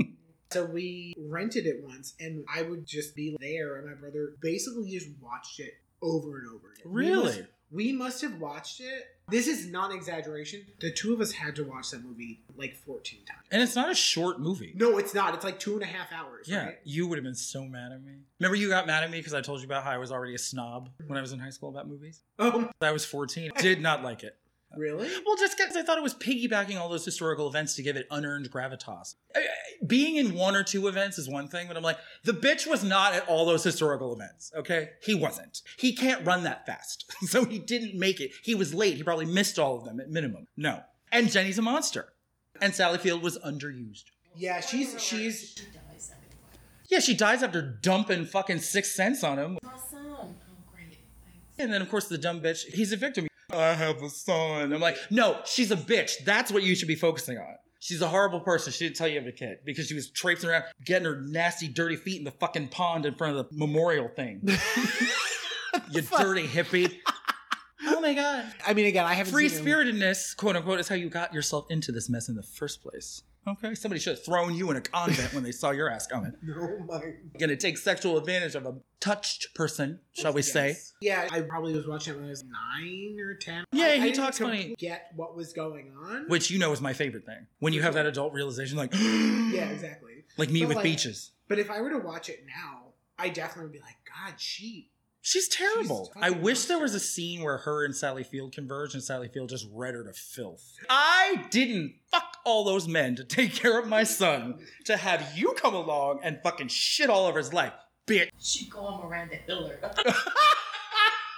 [SPEAKER 1] so we rented it once, and I would just be there, and my brother basically just watched it over and over again. We must-
[SPEAKER 2] really?
[SPEAKER 1] We must have watched it. This is not an exaggeration. The two of us had to watch that movie like 14 times.
[SPEAKER 2] And it's not a short movie.
[SPEAKER 1] No, it's not. It's like two and a half hours.
[SPEAKER 2] Yeah,
[SPEAKER 1] Right?
[SPEAKER 2] you would have been so mad at me. Remember, you got mad at me because I told you about how I was already a snob when I was in high school about movies?
[SPEAKER 1] Oh,
[SPEAKER 2] I was 14. Did not like it.
[SPEAKER 1] really?
[SPEAKER 2] Well, just because I thought it was piggybacking all those historical events to give it unearned gravitas. I- I- Being in one or two events is one thing, but I'm like, the bitch was not at all those historical events, okay? He wasn't. He can't run that fast. (laughs) So he didn't make it. He was late. He probably missed all of them at minimum. No. And Jenny's a monster. And Sally Field was underused.
[SPEAKER 1] Yeah, she's she's.
[SPEAKER 3] She dies anyway.
[SPEAKER 2] Yeah, she dies after dumping fucking Six Sense on him.
[SPEAKER 3] Awesome. Oh, great. Thanks.
[SPEAKER 2] And then, of course, the dumb bitch, he's a victim. I have a son. I'm like, no, she's a bitch. That's what you should be focusing on. She's a horrible person. She didn't tell you have a kid because she was traipsing around, getting her nasty, dirty feet in the fucking pond in front of the memorial thing. you dirty hippie. oh my God.
[SPEAKER 1] I mean, again, I haven't
[SPEAKER 2] Free
[SPEAKER 1] seen it.
[SPEAKER 2] spiritedness, quote unquote, is how you got yourself into this mess in the first place. Okay. Somebody should have thrown you in a convent when they saw your ass coming.
[SPEAKER 1] No, my.
[SPEAKER 2] Gonna take sexual advantage of a touched person, shall we say.
[SPEAKER 1] Yes. Yeah, I probably was watching it when I was nine or ten.
[SPEAKER 2] Yeah,
[SPEAKER 1] I,
[SPEAKER 2] he
[SPEAKER 1] I didn't
[SPEAKER 2] talks
[SPEAKER 1] com-
[SPEAKER 2] funny.
[SPEAKER 1] Get what was going on?
[SPEAKER 2] which you know is my favorite thing when you have that adult realization like (gasps)
[SPEAKER 1] yeah, exactly.
[SPEAKER 2] like me
[SPEAKER 1] But,
[SPEAKER 2] with
[SPEAKER 1] like-
[SPEAKER 2] beaches
[SPEAKER 1] But if I were to watch it now, I definitely would be like, God, she.
[SPEAKER 2] she's terrible
[SPEAKER 1] fucking
[SPEAKER 2] i wish there was
[SPEAKER 1] monster.
[SPEAKER 2] a scene where her and sally field converged and sally field just read her to filth i didn't fuck all those men to take care of my son to have you come along and fucking shit all over his life (laughs) bitch
[SPEAKER 3] She'd go on Miranda Hiller. (laughs)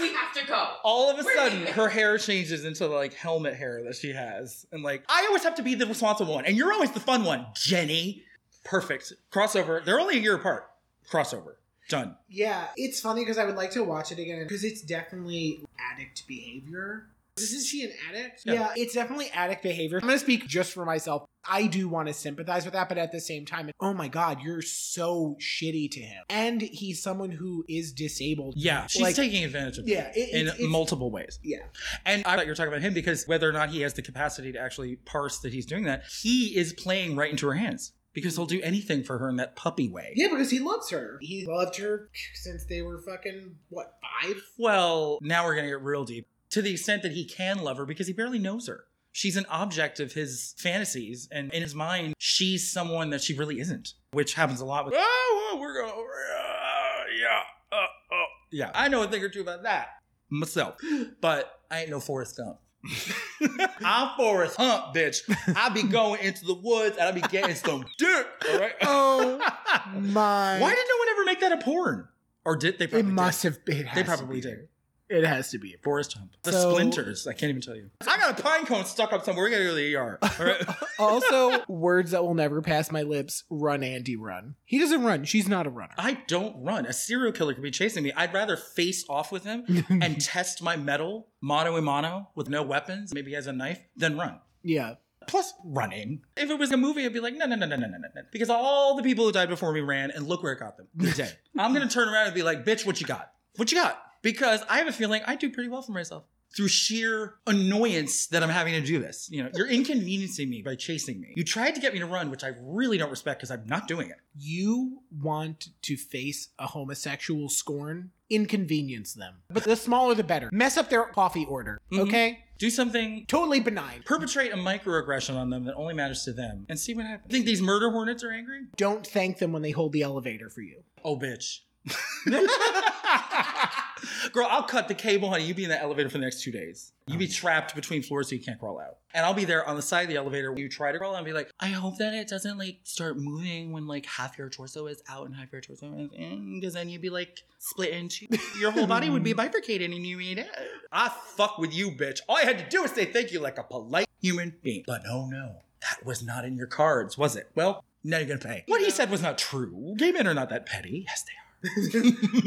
[SPEAKER 3] we have to go.
[SPEAKER 2] all of a
[SPEAKER 3] Where
[SPEAKER 2] sudden
[SPEAKER 3] is it?
[SPEAKER 2] her hair changes into like helmet hair that she has and like i always have to be the responsible one and you're always the fun one jenny perfect crossover they're only a year apart crossover done
[SPEAKER 1] Yeah, it's funny because I would like to watch it again because it's definitely addict behavior. Isn't she an addict?
[SPEAKER 2] Yeah.
[SPEAKER 1] Yeah. it's definitely addict behavior. I'm going to speak just for myself. I do want to sympathize with that, but at the same time, oh my God, you're so shitty to him. And he's someone who is disabled.
[SPEAKER 2] Yeah, she's
[SPEAKER 1] Like-
[SPEAKER 2] taking advantage of him
[SPEAKER 1] Yeah, it-
[SPEAKER 2] in
[SPEAKER 1] it's- it's-
[SPEAKER 2] multiple ways.
[SPEAKER 1] Yeah.
[SPEAKER 2] And I thought you were talking about him because whether or not he has the capacity to actually parse that he's doing that, he is playing right into her hands because he'll do anything for her in that puppy way.
[SPEAKER 1] Yeah, because he loves her. He loved her since they were fucking, what, five?
[SPEAKER 2] Well, now we're going to get real deep to the extent that he can love her because he barely knows her. She's an object of his fantasies, and in his mind, she's someone that she really isn't, which happens a lot with. Oh, oh, we're going. yeah. Uh, oh. Yeah. I know a thing or two about that myself, (gasps) but I ain't no Forrest (laughs) Gump. I'm Forrest Hump, bitch. I be going into the woods and I be getting some (laughs) dick. All right. (laughs)
[SPEAKER 1] Oh my.
[SPEAKER 2] Why did no one ever make that a porn? Or did they?
[SPEAKER 1] it
[SPEAKER 2] Probably did.
[SPEAKER 1] must have been.
[SPEAKER 2] They probably did.
[SPEAKER 1] It has to be.
[SPEAKER 2] Forest hump. The
[SPEAKER 1] So-
[SPEAKER 2] splinters. I can't even tell you. I got a pine cone stuck up somewhere. We gotta go to the ER. All (laughs) right.
[SPEAKER 1] Also, words that will never pass my lips run, Andy, run. He doesn't run. She's not a runner.
[SPEAKER 2] I don't run. A serial killer could be chasing me. I'd rather face off
[SPEAKER 1] (laughs)
[SPEAKER 2] with him and test my metal, mano a mano, with no weapons, maybe he has a knife, than run.
[SPEAKER 1] yeah.
[SPEAKER 2] Plus, running. If it was a movie, I'd be like, no, no, no, no, no, no, no, no. Because all the people who died before me ran, and look where it got them. They're (laughs) dead. I'm gonna turn around and be like, bitch, what you got? What you got? Because I have a feeling I do pretty well for myself through sheer annoyance that I'm having to do this. You know, you're inconveniencing me by chasing me. You tried to get me to run, which I really don't respect because I'm not doing it.
[SPEAKER 1] You want to face a homosexual scorn? Inconvenience them. But the smaller the better. Mess up their coffee order,
[SPEAKER 2] Mhm.
[SPEAKER 1] okay?
[SPEAKER 2] Do something.
[SPEAKER 1] Totally benign.
[SPEAKER 2] Perpetrate a microaggression on them that only matters to them and see what happens. Think these murder hornets are angry?
[SPEAKER 1] Don't thank them when they hold the elevator for you.
[SPEAKER 2] Oh, bitch. Girl, I'll cut the cable, honey. You be in that elevator for the next two days. You be trapped between floors so you can't crawl out. And I'll be there on the side of the elevator when you try to crawl out and be like, I hope that it doesn't like start moving when like half your torso is out and half your torso is in, because then you'd be like split in two. Your whole body would be bifurcated and you eat it. I fuck with you, bitch. All I had to do was say thank you like a polite human being. But oh no, that was not in your cards, was it? Well, now you're gonna pay. What he said was not true. Gay men are not that petty. Yes, they are.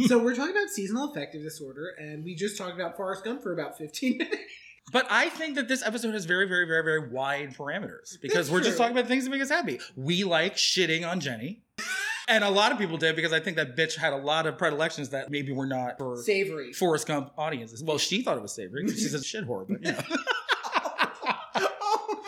[SPEAKER 1] so we're talking about seasonal affective disorder, and we just talked about Forrest Gump for about 15 minutes.
[SPEAKER 2] (laughs) But I think that this episode has very, very, very, very wide parameters because
[SPEAKER 1] That's
[SPEAKER 2] we're just
[SPEAKER 1] true.
[SPEAKER 2] talking about things that make us happy. We like shitting on Jenny. and a lot of people did because I think that bitch had a lot of predilections that maybe were not for (laughs)
[SPEAKER 1] Savory.
[SPEAKER 2] Forrest Gump audiences. Well, she thought it was savory because she's a shit whore, but you know. (laughs)
[SPEAKER 1] oh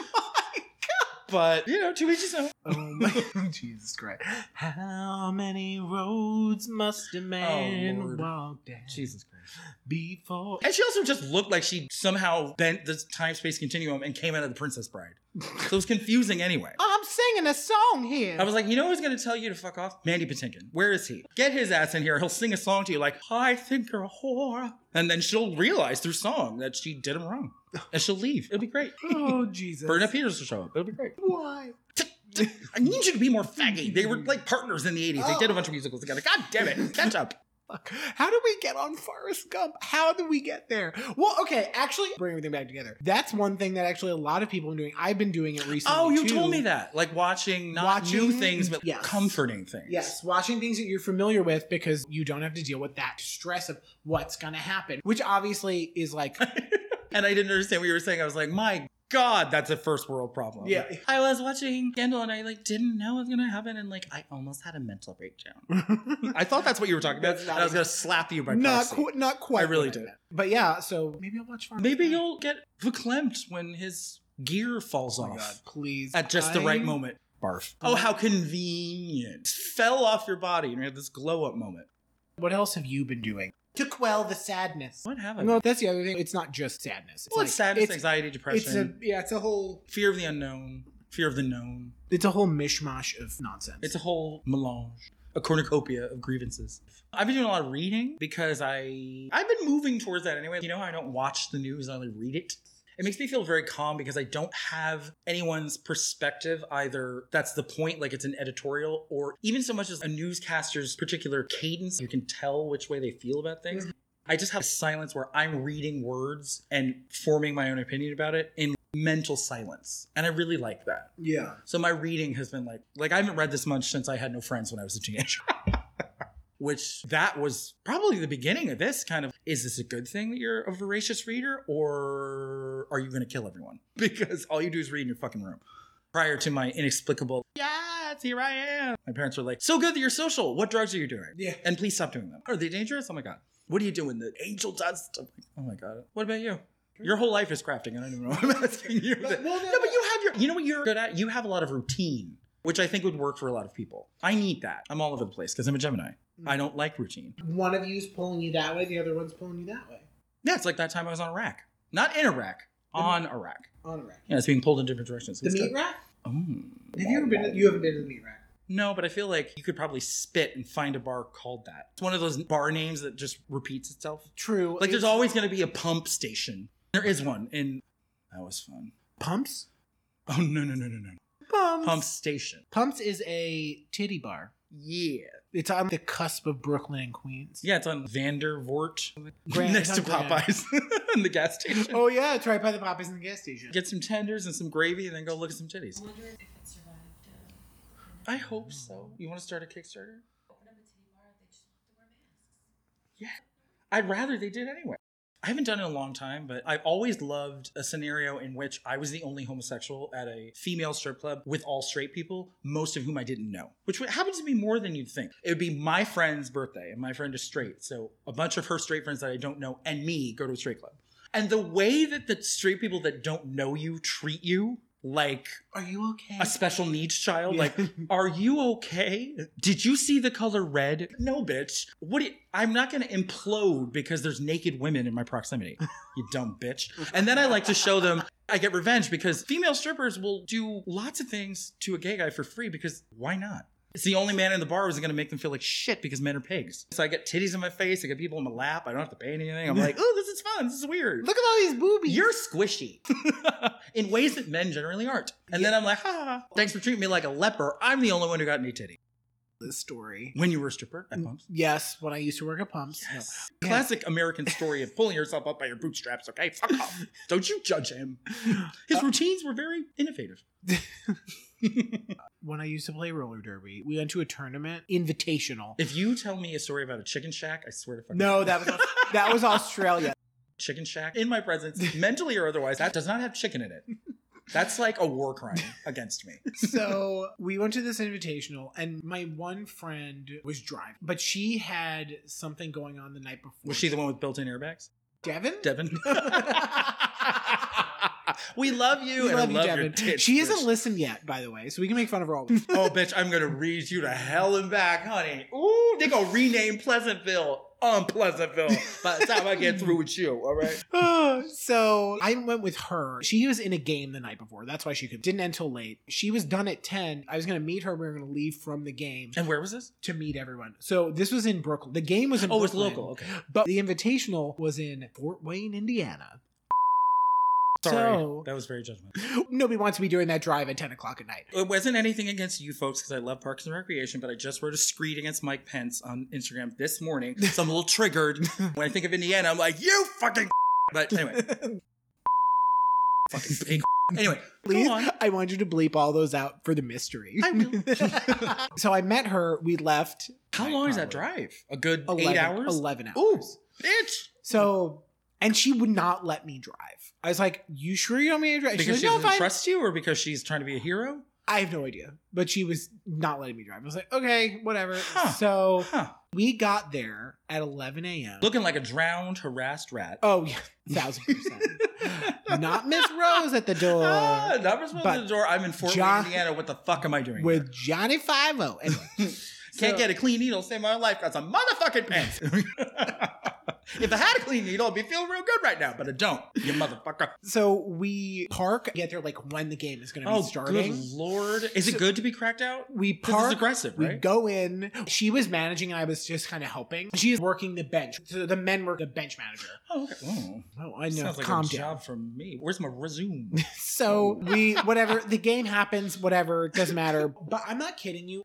[SPEAKER 2] But, you know, to each his own. (laughs)
[SPEAKER 1] my Jesus Christ. How many roads must a man
[SPEAKER 2] Oh, Lord.
[SPEAKER 1] walk down
[SPEAKER 2] Jesus Christ.
[SPEAKER 1] before?
[SPEAKER 2] And she also just looked like she somehow bent the time space continuum and came out of the Princess Bride. So it was confusing anyway.
[SPEAKER 1] I'm singing a song here.
[SPEAKER 2] I was like, you know who's going to tell you to fuck off? Mandy Patinkin. Where is he? Get his ass in here. He'll sing a song to you like, I think you're a whore. And then she'll realize through song that she did him wrong. And she'll leave. It'll be great.
[SPEAKER 1] oh Jesus.
[SPEAKER 2] Bernadette Peters will show up. It'll be great.
[SPEAKER 1] Why?
[SPEAKER 2] I need you to be more faggy. They were like partners in the 80s. They did a bunch of musicals together. God
[SPEAKER 1] (laughs)
[SPEAKER 2] damn it. Catch up.
[SPEAKER 1] Fuck. How do we get on Forrest Gump? How do we get there? Well, okay, actually, bring everything back together. That's one thing that actually a lot of people have been doing. I've been doing it recently.
[SPEAKER 2] Oh, you
[SPEAKER 1] too.
[SPEAKER 2] told me that. Like watching not new
[SPEAKER 1] Watching-
[SPEAKER 2] things, but
[SPEAKER 1] Yes.
[SPEAKER 2] comforting things.
[SPEAKER 1] Yes, watching things that you're familiar with because you don't have to deal with that stress of what's going to happen, which obviously is
[SPEAKER 2] (laughs)
[SPEAKER 1] like, (laughs)
[SPEAKER 2] and I didn't understand what you were saying. I was like, my God, that's a first world problem.
[SPEAKER 1] Yeah.
[SPEAKER 2] I was watching Scandal and I like didn't know it was gonna happen and like I almost had a mental breakdown. I thought that's what you were talking about.
[SPEAKER 1] That's
[SPEAKER 2] And
[SPEAKER 1] not
[SPEAKER 2] I was
[SPEAKER 1] it.
[SPEAKER 2] gonna slap you by
[SPEAKER 1] not
[SPEAKER 2] proxy.
[SPEAKER 1] qu- not quite.
[SPEAKER 2] I really
[SPEAKER 1] what
[SPEAKER 2] did.
[SPEAKER 1] meant. But yeah, so maybe I'll watch. Forrest
[SPEAKER 2] Maybe
[SPEAKER 1] Gump.
[SPEAKER 2] you'll get verklempt when his gear falls
[SPEAKER 1] Oh my
[SPEAKER 2] off
[SPEAKER 1] God, please.
[SPEAKER 2] at just the right
[SPEAKER 1] I-
[SPEAKER 2] moment. Barf. Oh, how convenient. Fell off your body and you had this glow up moment.
[SPEAKER 1] What else have you been doing to quell the sadness?
[SPEAKER 2] What happened?
[SPEAKER 1] No, that's the other thing. It's not just sadness.
[SPEAKER 2] well, it's sadness,
[SPEAKER 1] it's,
[SPEAKER 2] anxiety, depression,
[SPEAKER 1] it's a yeah, it's a whole
[SPEAKER 2] fear of the unknown, fear of the known.
[SPEAKER 1] it's a whole mishmash of nonsense.
[SPEAKER 2] It's a whole melange, a cornucopia of grievances. I've been doing a lot of reading because I I've been moving towards that anyway. You know, how I don't watch the news; I only read it. It makes me feel very calm because I don't have anyone's perspective either. That's the point, like it's an editorial, or even so much as a newscaster's particular cadence. You can tell which way they feel about things. I just have silence where I'm reading words and forming my own opinion about it in mental silence. And I really like that.
[SPEAKER 1] yeah.
[SPEAKER 2] So my reading has been like like I haven't read this much since I had no friends when I was a teenager. Which that was probably the beginning of this kind of is this a good thing that you're a voracious reader or are you going to kill everyone? (laughs) Because all you do is read in your fucking room. Prior to my inexplicable, yes, here I am. My parents were like, so good that you're social. What drugs are you doing? (laughs)
[SPEAKER 1] Yeah.
[SPEAKER 2] And please stop doing them. Are they dangerous? Oh my God. What are you doing? The angel dust. I'm like, oh my God. What about you? Your whole life is crafting. I don't even know what I'm asking you.
[SPEAKER 1] But- well, no,
[SPEAKER 2] No, but you have your. You know what you're good at? You have a lot of routine, which I think would work for a lot of people. I need that. I'm all over the place because I'm a Gemini.
[SPEAKER 1] Hmm.
[SPEAKER 2] I don't like routine.
[SPEAKER 1] one of you's pulling you that way, the other one's pulling you that way.
[SPEAKER 2] Yeah, it's like that time I was on Iraq. Not in Iraq, on Iraq.
[SPEAKER 1] On a rack.
[SPEAKER 2] Yeah, it's being pulled in different directions.
[SPEAKER 1] The
[SPEAKER 2] It's
[SPEAKER 1] meat
[SPEAKER 2] good.
[SPEAKER 1] rack?
[SPEAKER 2] Mm.
[SPEAKER 1] Have you ever been? To, you haven't been to the meat rack.
[SPEAKER 2] No, but I feel like you could probably spit and find a bar called that. It's one of those bar names that just repeats itself.
[SPEAKER 1] True.
[SPEAKER 2] Like there's always going to be a pump station. There is one, and that was fun.
[SPEAKER 1] pumps.
[SPEAKER 2] Oh no no no no no!
[SPEAKER 1] Pumps.
[SPEAKER 2] Pump station.
[SPEAKER 1] Pumps is a titty bar.
[SPEAKER 2] Yeah.
[SPEAKER 1] It's on the cusp of Brooklyn and Queens.
[SPEAKER 2] Yeah, it's on Vandervoort, (laughs)
[SPEAKER 1] Grand-
[SPEAKER 2] next to
[SPEAKER 1] it's on Grand.
[SPEAKER 2] Popeyes (laughs) in the gas station.
[SPEAKER 1] Oh yeah, it's right by the Popeyes and the gas station.
[SPEAKER 2] Get some tenders and some gravy, and then go look at some titties.
[SPEAKER 3] I'm wondering if it survived. Uh,
[SPEAKER 2] I hope so. You want to start a Kickstarter?
[SPEAKER 3] open up a titty bar, they just have to wear masks.
[SPEAKER 2] I'd rather they did anyway. I haven't done it in a long time, but I've always loved a scenario in which I was the only homosexual at a female strip club with all straight people, most of whom I didn't know, which would happen to be more than you'd think. It would be my friend's birthday, and my friend is straight. So a bunch of her straight friends that I don't know and me go to a straight club. And the way that the straight people that don't know you treat you like
[SPEAKER 1] Are you okay?
[SPEAKER 2] a special needs
[SPEAKER 1] (laughs)
[SPEAKER 2] child. Like, are you okay? Did you see the color red? No, bitch. What? do you- I'm not gonna implode because there's naked women in my (laughs) proximity. You dumb bitch. And then I like to show them. I get revenge because female strippers will do lots of things to a gay guy for free because why not? It's the only man in the bar who's gonna make them feel like shit because men are pigs. So I get titties in my face, I get people in my lap, I don't have to pay anything. (laughs) I'm like, oh, this is fun, this is weird.
[SPEAKER 1] Look at all these boobies.
[SPEAKER 2] You're squishy in ways that men generally aren't. And then I'm like, ha, ha, ha, thanks for treating me like a leper. I'm the only one who got any titty.
[SPEAKER 1] this story.
[SPEAKER 2] When you were a stripper at Pumps.
[SPEAKER 1] Yes, when I used to work at Pumps. No.
[SPEAKER 2] Yes. Classic American story of pulling yourself up by your bootstraps, okay? Fuck off. Don't you judge him. His routines were very innovative.
[SPEAKER 1] When I used to play roller derby, we went to a tournament, invitational.
[SPEAKER 2] If you tell me a story about a chicken shack, I swear to fucking
[SPEAKER 1] No, that was that
[SPEAKER 2] (laughs)
[SPEAKER 1] was Australia.
[SPEAKER 2] chicken shack in my presence, mentally or otherwise, that does not have chicken in it. That's like a war crime against me.
[SPEAKER 1] So we went to this invitational, and my one friend was driving, but she had something going on the night before.
[SPEAKER 2] Was she the one with built-in airbags?
[SPEAKER 1] Devin? (laughs)
[SPEAKER 2] Devin. we love you.
[SPEAKER 1] We
[SPEAKER 2] and I
[SPEAKER 1] love you,
[SPEAKER 2] your
[SPEAKER 1] Devin.
[SPEAKER 2] tits,
[SPEAKER 1] she
[SPEAKER 2] bitch.
[SPEAKER 1] hasn't listened yet, by the way, so we can make fun of her all.
[SPEAKER 2] oh, bitch, I'm gonna read you to hell and back, honey. Ooh, they gonna rename Pleasantville Unpleasantville by the time I get through with you. All right. (laughs)
[SPEAKER 1] so I went with her. She was in a game the night before. That's why she could didn't end till late. She was done at 10. I was going to meet her. We were going to leave from the game
[SPEAKER 2] And where was this?
[SPEAKER 1] to meet everyone. So this was in Brooklyn. The game was in
[SPEAKER 2] Oh, it's
[SPEAKER 1] Brooklyn,
[SPEAKER 2] local. Okay.
[SPEAKER 1] But the invitational was in Fort Wayne, Indiana. (gasps)
[SPEAKER 2] Sorry,
[SPEAKER 1] So-
[SPEAKER 2] that was very judgmental.
[SPEAKER 1] Nobody wants to be doing that drive at 10 o'clock at night.
[SPEAKER 2] It wasn't anything against you folks because I love Parks and Recreation, but I just wrote a screed against Mike Pence on Instagram this morning, so I'm a
[SPEAKER 1] (laughs)
[SPEAKER 2] little triggered. when I think of Indiana, I'm like, you fucking. (laughs) But anyway,
[SPEAKER 1] (laughs)
[SPEAKER 2] fucking (laughs) big. Anyway,
[SPEAKER 1] Please,
[SPEAKER 2] go on.
[SPEAKER 1] I want you to bleep all those out for the mystery.
[SPEAKER 2] I will.
[SPEAKER 1] (laughs) so I met her. We left.
[SPEAKER 2] How long is that drive? A good
[SPEAKER 1] 11,
[SPEAKER 2] eight hours?
[SPEAKER 1] 11 hours.
[SPEAKER 2] Ooh, bitch.
[SPEAKER 1] So, and she would not let me drive. I was like, "You sure you don't want me to drive?"
[SPEAKER 2] Because
[SPEAKER 1] She's
[SPEAKER 2] she
[SPEAKER 1] like, "No,
[SPEAKER 2] doesn't
[SPEAKER 1] fine."
[SPEAKER 2] trust you or because she's trying to be a hero?
[SPEAKER 1] I have no idea, but she was not letting me drive. I was like, "Okay, whatever."
[SPEAKER 2] Huh.
[SPEAKER 1] So
[SPEAKER 2] Huh.
[SPEAKER 1] we got there at 11 a.m.
[SPEAKER 2] Looking like a drowned, harassed rat.
[SPEAKER 1] oh yeah, (laughs) thousand percent. not Miss Rose at the
[SPEAKER 2] (laughs) (laughs) Ah,
[SPEAKER 1] door
[SPEAKER 2] that was one
[SPEAKER 1] but
[SPEAKER 2] of the door. I'm in Fort
[SPEAKER 1] John-
[SPEAKER 2] Wayne, Indiana. What the fuck am I doing?
[SPEAKER 1] with Johnny Five O.
[SPEAKER 2] here? (laughs) Can't get a clean needle to save my life. That's a
[SPEAKER 1] (laughs)
[SPEAKER 2] motherfucking pants. (laughs) if I had a clean needle, I'd be feeling real good right now, but I don't. You motherfucker.
[SPEAKER 1] (laughs) So we park. Get there like when the game is going to be
[SPEAKER 2] Oh,
[SPEAKER 1] starting.
[SPEAKER 2] good lord. Is
[SPEAKER 1] So-
[SPEAKER 2] it good to be cracked out?
[SPEAKER 1] We
[SPEAKER 2] This is
[SPEAKER 1] park.
[SPEAKER 2] aggressive,
[SPEAKER 1] We
[SPEAKER 2] right?
[SPEAKER 1] go in. She was managing, and I was just kind of helping. She was working the bench. So the men were the bench manager.
[SPEAKER 2] Oh, okay. Oh,
[SPEAKER 1] Oh, I know.
[SPEAKER 2] sounds like
[SPEAKER 1] Calm
[SPEAKER 2] a
[SPEAKER 1] down.
[SPEAKER 2] job for me. Where's my resume?
[SPEAKER 1] (laughs) So we, whatever the game happens, whatever doesn't matter. But I'm not kidding you.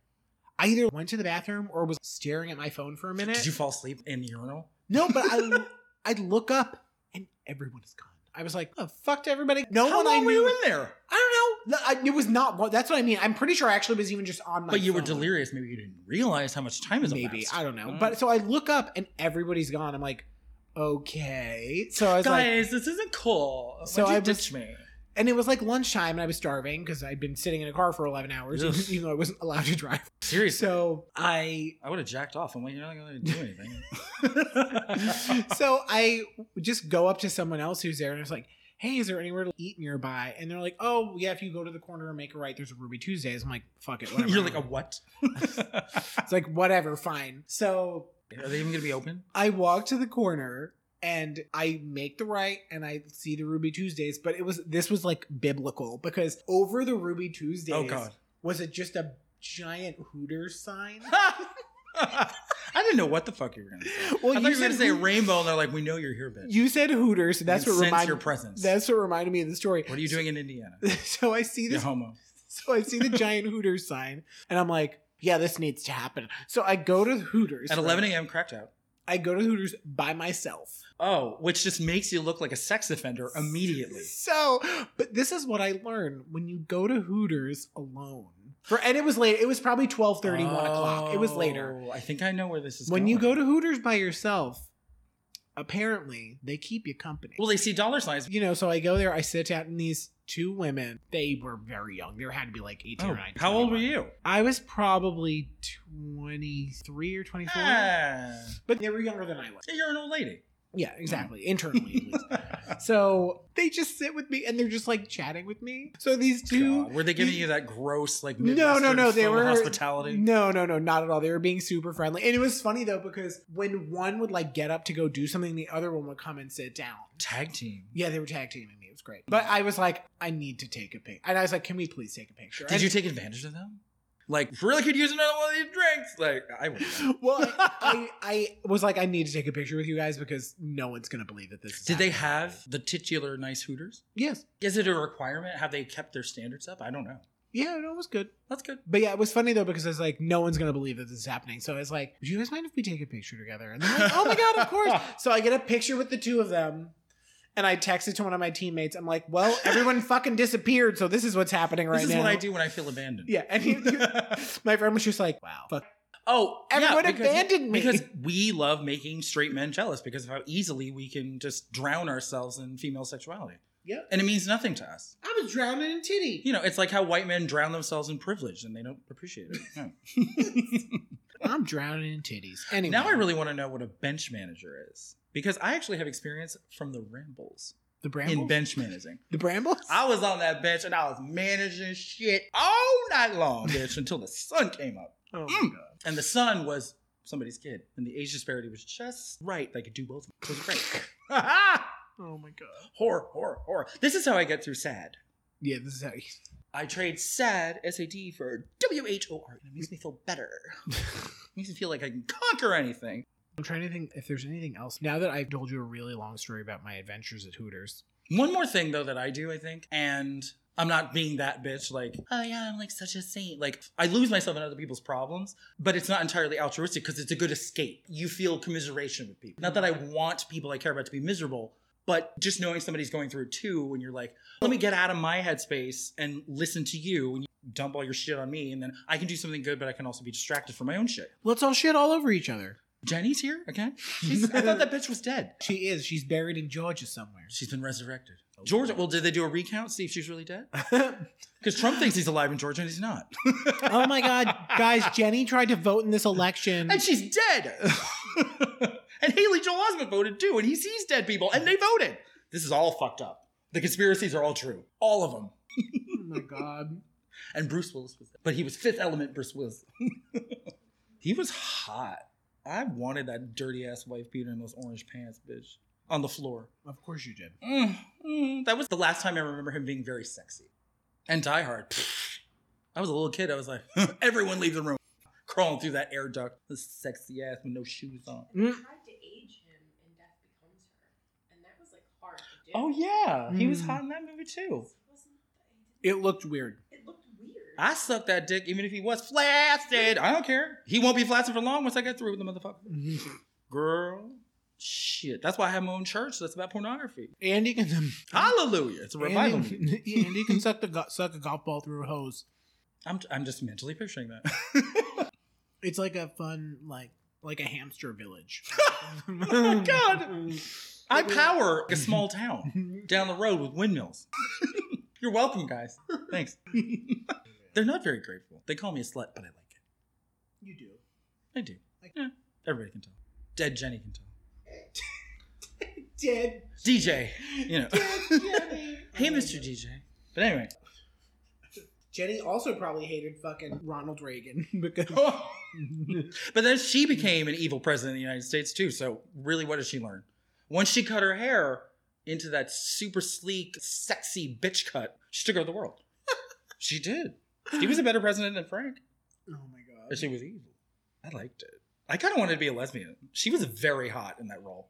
[SPEAKER 1] I either went to the bathroom or was staring at my phone for a minute.
[SPEAKER 2] Did you fall asleep in the urinal?
[SPEAKER 1] (laughs) no, but I, I'd look up and everyone is gone. I was like, oh, fuck to everybody. No
[SPEAKER 2] How
[SPEAKER 1] one
[SPEAKER 2] long
[SPEAKER 1] I
[SPEAKER 2] were
[SPEAKER 1] knew.
[SPEAKER 2] you in there?
[SPEAKER 1] I don't know. No, I- It was not. one- That's what I mean. I'm pretty sure I actually was even just on my.
[SPEAKER 2] But you were
[SPEAKER 1] phone.
[SPEAKER 2] delirious. Maybe you didn't realize how much time is
[SPEAKER 1] Maybe
[SPEAKER 2] elapsed.
[SPEAKER 1] I don't know.
[SPEAKER 2] Mm.
[SPEAKER 1] But so I look up and everybody's gone. I'm like, okay. So I was like,
[SPEAKER 2] Guys, this isn't cool.
[SPEAKER 1] So
[SPEAKER 2] So Why'd you
[SPEAKER 1] I was-
[SPEAKER 2] ditch me?
[SPEAKER 1] and it was like lunchtime, and I was starving because I'd been sitting in a car for 11 hours,
[SPEAKER 2] Ugh.
[SPEAKER 1] (laughs) even though I wasn't allowed to drive.
[SPEAKER 2] (laughs) Seriously.
[SPEAKER 1] So I (laughs)
[SPEAKER 2] I would have jacked off. I'm like, you're not going to do anything.
[SPEAKER 1] so I just go up to someone else who's there and I was like, hey, is there anywhere to eat nearby? And they're like, oh, yeah, if you go to the corner and make a right, there's a Ruby Tuesdays. I'm like, fuck it. Whatever.
[SPEAKER 2] (laughs) you're like,
[SPEAKER 1] (laughs)
[SPEAKER 2] a what? Are
[SPEAKER 1] it's like, whatever, fine. So
[SPEAKER 2] they even going to be open?
[SPEAKER 1] I walk to the corner and I make the right and I see the Ruby Tuesdays, but it was, this was like biblical because over the Ruby Tuesdays
[SPEAKER 2] Oh, God. (laughs)
[SPEAKER 1] was it just a giant Hooters sign?
[SPEAKER 2] I didn't know what the fuck you were going to say.
[SPEAKER 1] Well,
[SPEAKER 2] I thought you were going to say a
[SPEAKER 1] Hoot-
[SPEAKER 2] rainbow, and they're like, we know you're here, bitch.
[SPEAKER 1] You said Hooters, so that's
[SPEAKER 2] We
[SPEAKER 1] what
[SPEAKER 2] sense
[SPEAKER 1] reminded
[SPEAKER 2] your presence.
[SPEAKER 1] that's what reminded me of the story.
[SPEAKER 2] what are you doing in Indiana?
[SPEAKER 1] (laughs) so I see
[SPEAKER 2] You're
[SPEAKER 1] this
[SPEAKER 2] homo.
[SPEAKER 1] so I
[SPEAKER 2] (laughs)
[SPEAKER 1] see the giant Hooters sign and I'm like, yeah, this needs to happen. So I go to the Hooters
[SPEAKER 2] At 11
[SPEAKER 1] right?
[SPEAKER 2] a.m., cracked out.
[SPEAKER 1] I go to the Hooters by myself.
[SPEAKER 2] Oh, which just makes you look like a sex offender immediately.
[SPEAKER 1] So, but this is what I learned when you go to Hooters alone. For and it was late. It was probably 12 1 o'clock. It was later.
[SPEAKER 2] Oh, I think I know where this is
[SPEAKER 1] When you go
[SPEAKER 2] going.
[SPEAKER 1] to Hooters by yourself, apparently they keep you company.
[SPEAKER 2] Well, they see dollar signs.
[SPEAKER 1] you know, so I go there, I sit out, and these two women, they were very young. They had to be like 18
[SPEAKER 2] Oh,
[SPEAKER 1] or 19.
[SPEAKER 2] how old were you?
[SPEAKER 1] I was probably 23 or 24.
[SPEAKER 2] Ah,
[SPEAKER 1] But they were younger than I was.
[SPEAKER 2] you're an old lady.
[SPEAKER 1] Yeah,
[SPEAKER 2] Mm.
[SPEAKER 1] exactly. Internally, at
[SPEAKER 2] (laughs)
[SPEAKER 1] least. so they just sit with me and they're just like chatting with me. So these two,
[SPEAKER 2] God, were they giving
[SPEAKER 1] these-
[SPEAKER 2] you that gross like
[SPEAKER 1] No, no,
[SPEAKER 2] Midwestern
[SPEAKER 1] no, they
[SPEAKER 2] faux
[SPEAKER 1] were-
[SPEAKER 2] hospitality?
[SPEAKER 1] No, no, no, not at all. They were being super friendly, and it was funny though because when one would like get up to go do something, the other one would come and sit down.
[SPEAKER 2] Tag team.
[SPEAKER 1] Yeah, they were tag teaming me. It was great, but I was like, I need to take a pic, and I was like, Can we please take a picture? (laughs)
[SPEAKER 2] Did you take advantage of them? Like really could use another one of these drinks. Like I would. have.
[SPEAKER 1] Well, I, I, I was like, I need to take a picture with you guys because no one's gonna believe that this. Is
[SPEAKER 2] Did they
[SPEAKER 1] happening.
[SPEAKER 2] have the titular nice Hooters?
[SPEAKER 1] Yes.
[SPEAKER 2] Is it a requirement? Have they kept their standards up? I don't know.
[SPEAKER 1] Yeah, no, it was good.
[SPEAKER 2] That's good.
[SPEAKER 1] But yeah, it was funny though because I was like, no one's gonna believe that this is happening. So I was like, would you guys mind if we take a picture together? And they're like, oh my god, of
[SPEAKER 2] (laughs)
[SPEAKER 1] course. So I get a picture with the two of them, and I text it to one of my teammates. I'm like, well,
[SPEAKER 2] (laughs)
[SPEAKER 1] everyone fucking disappeared, so this is what's happening right
[SPEAKER 2] this is
[SPEAKER 1] now.
[SPEAKER 2] what I do when I feel abandoned.
[SPEAKER 1] Yeah, and he,
[SPEAKER 2] (laughs)
[SPEAKER 1] my friend was just like, wow, fuck.
[SPEAKER 2] oh, yeah,
[SPEAKER 1] Everyone
[SPEAKER 2] because-
[SPEAKER 1] abandoned me. (laughs)
[SPEAKER 2] Because we love making straight men jealous because of how easily we can just drown ourselves in female sexuality.
[SPEAKER 1] Yeah.
[SPEAKER 2] And it means nothing to us.
[SPEAKER 1] I was drowning in titty.
[SPEAKER 2] You know, it's like how white men drown themselves in privilege and they don't appreciate it. No.
[SPEAKER 1] I'm drowning in titties. Anyway,
[SPEAKER 2] Now I really want to know what a bench manager is because I actually have experience from the rambles,
[SPEAKER 1] the brambles.
[SPEAKER 2] in bench managing.
[SPEAKER 1] the brambles.
[SPEAKER 2] I was on that bench and I was managing shit all night long, bitch, until the sun came up.
[SPEAKER 1] Oh my
[SPEAKER 2] Mm.
[SPEAKER 1] god.
[SPEAKER 2] And the son was somebody's kid. And the age disparity was just right. They could do both. It was great. (laughs)
[SPEAKER 1] Oh my god.
[SPEAKER 2] horror, horror, horror. This is how I get through sad.
[SPEAKER 1] Yeah, this is how you
[SPEAKER 2] I trade sad, S-A-D, for W-H-O-R. And it makes me feel better. makes me feel like I can conquer anything.
[SPEAKER 1] I'm trying to think if there's anything else. Now that I've told you a really long story about my adventures at Hooters,
[SPEAKER 2] One more thing, though, that I do, I think, and I'm not being that bitch like, oh yeah, I'm like such a saint. Like, I lose myself in other people's problems, but it's not entirely altruistic because it's a good escape. You feel commiseration with people. Not that I want people I care about to be miserable, but just knowing somebody's going through it too, when you're like, let me get out of my headspace and listen to you and you dump all your shit on me, and then I can do something good, but I can also be distracted from my own shit.
[SPEAKER 1] let's all shit all over each other.
[SPEAKER 2] Jenny's here again? She's, I thought that bitch was dead.
[SPEAKER 1] She is. She's buried in Georgia somewhere.
[SPEAKER 2] She's been resurrected. Georgia, well, did they do a recount? See if she's really (laughs) dead? Because Trump thinks he's alive in Georgia and he's not.
[SPEAKER 1] (laughs) oh my
[SPEAKER 2] (laughs)
[SPEAKER 1] god, guys! Jenny tried to vote in this election.
[SPEAKER 2] and she's dead. (laughs) and Haley Joel Osment voted too, and he sees dead people and they voted. This is all fucked up. The conspiracies are all true. All of them.
[SPEAKER 1] oh my god.
[SPEAKER 2] And Bruce Willis was But he was fifth element Bruce Willis. (laughs) he was hot. I wanted that dirty ass wife beater in those orange pants, bitch. On the floor.
[SPEAKER 1] Of course you did.
[SPEAKER 2] Mm, mm. that was the last time I remember him being very sexy. And Die Hard. pfft. I was a little kid. I was like, (laughs) everyone leave the room. Crawling through that air duct. This sexy ass with no shoes on.
[SPEAKER 3] I tried to age him in Death Becomes Her, and that was like hard to do.
[SPEAKER 2] Oh, yeah. He was
[SPEAKER 1] Mm.
[SPEAKER 2] hot in that movie, too.
[SPEAKER 3] It wasn't-
[SPEAKER 1] It looked weird.
[SPEAKER 3] It looked weird.
[SPEAKER 2] I sucked that dick even if he was flaccid. I don't care. He won't be flaccid for long once I get through with the motherfucker.
[SPEAKER 1] Mm-hmm.
[SPEAKER 2] Girl. Shit. That's why I have my own church. That's about pornography.
[SPEAKER 1] Andy can. um,
[SPEAKER 2] Hallelujah. Ah, It's a revival. meeting.
[SPEAKER 1] Andy, Andy can (laughs) suck the go- suck a golf ball through a hose.
[SPEAKER 2] I'm, I'm just mentally picturing that.
[SPEAKER 1] (laughs) It's like a fun like like a hamster village.
[SPEAKER 2] (laughs)
[SPEAKER 1] (laughs)
[SPEAKER 2] Oh my God. I power a small town. down the road with windmills. (laughs) You're welcome, guys. Thanks. They're not very grateful. They call me a slut, but I like it.
[SPEAKER 1] You do.
[SPEAKER 2] I do. Yeah, everybody can tell. Dead Jenny can tell.
[SPEAKER 1] Dead.
[SPEAKER 2] DJ, you know.
[SPEAKER 1] Jenny.
[SPEAKER 2] hey, Mr. DJ. But anyway.
[SPEAKER 1] Jenny also probably hated fucking Ronald Reagan (laughs) because
[SPEAKER 2] Oh But then she became an evil president of the United States too. So really, what did she learn? Once she cut her hair into that super sleek, sexy bitch cut, she took over the world. she did. She was a better president than Frank.
[SPEAKER 1] Oh my
[SPEAKER 2] But
[SPEAKER 1] god.
[SPEAKER 2] she was evil. I liked it. I kind of wanted to be a lesbian. She was very hot in that role.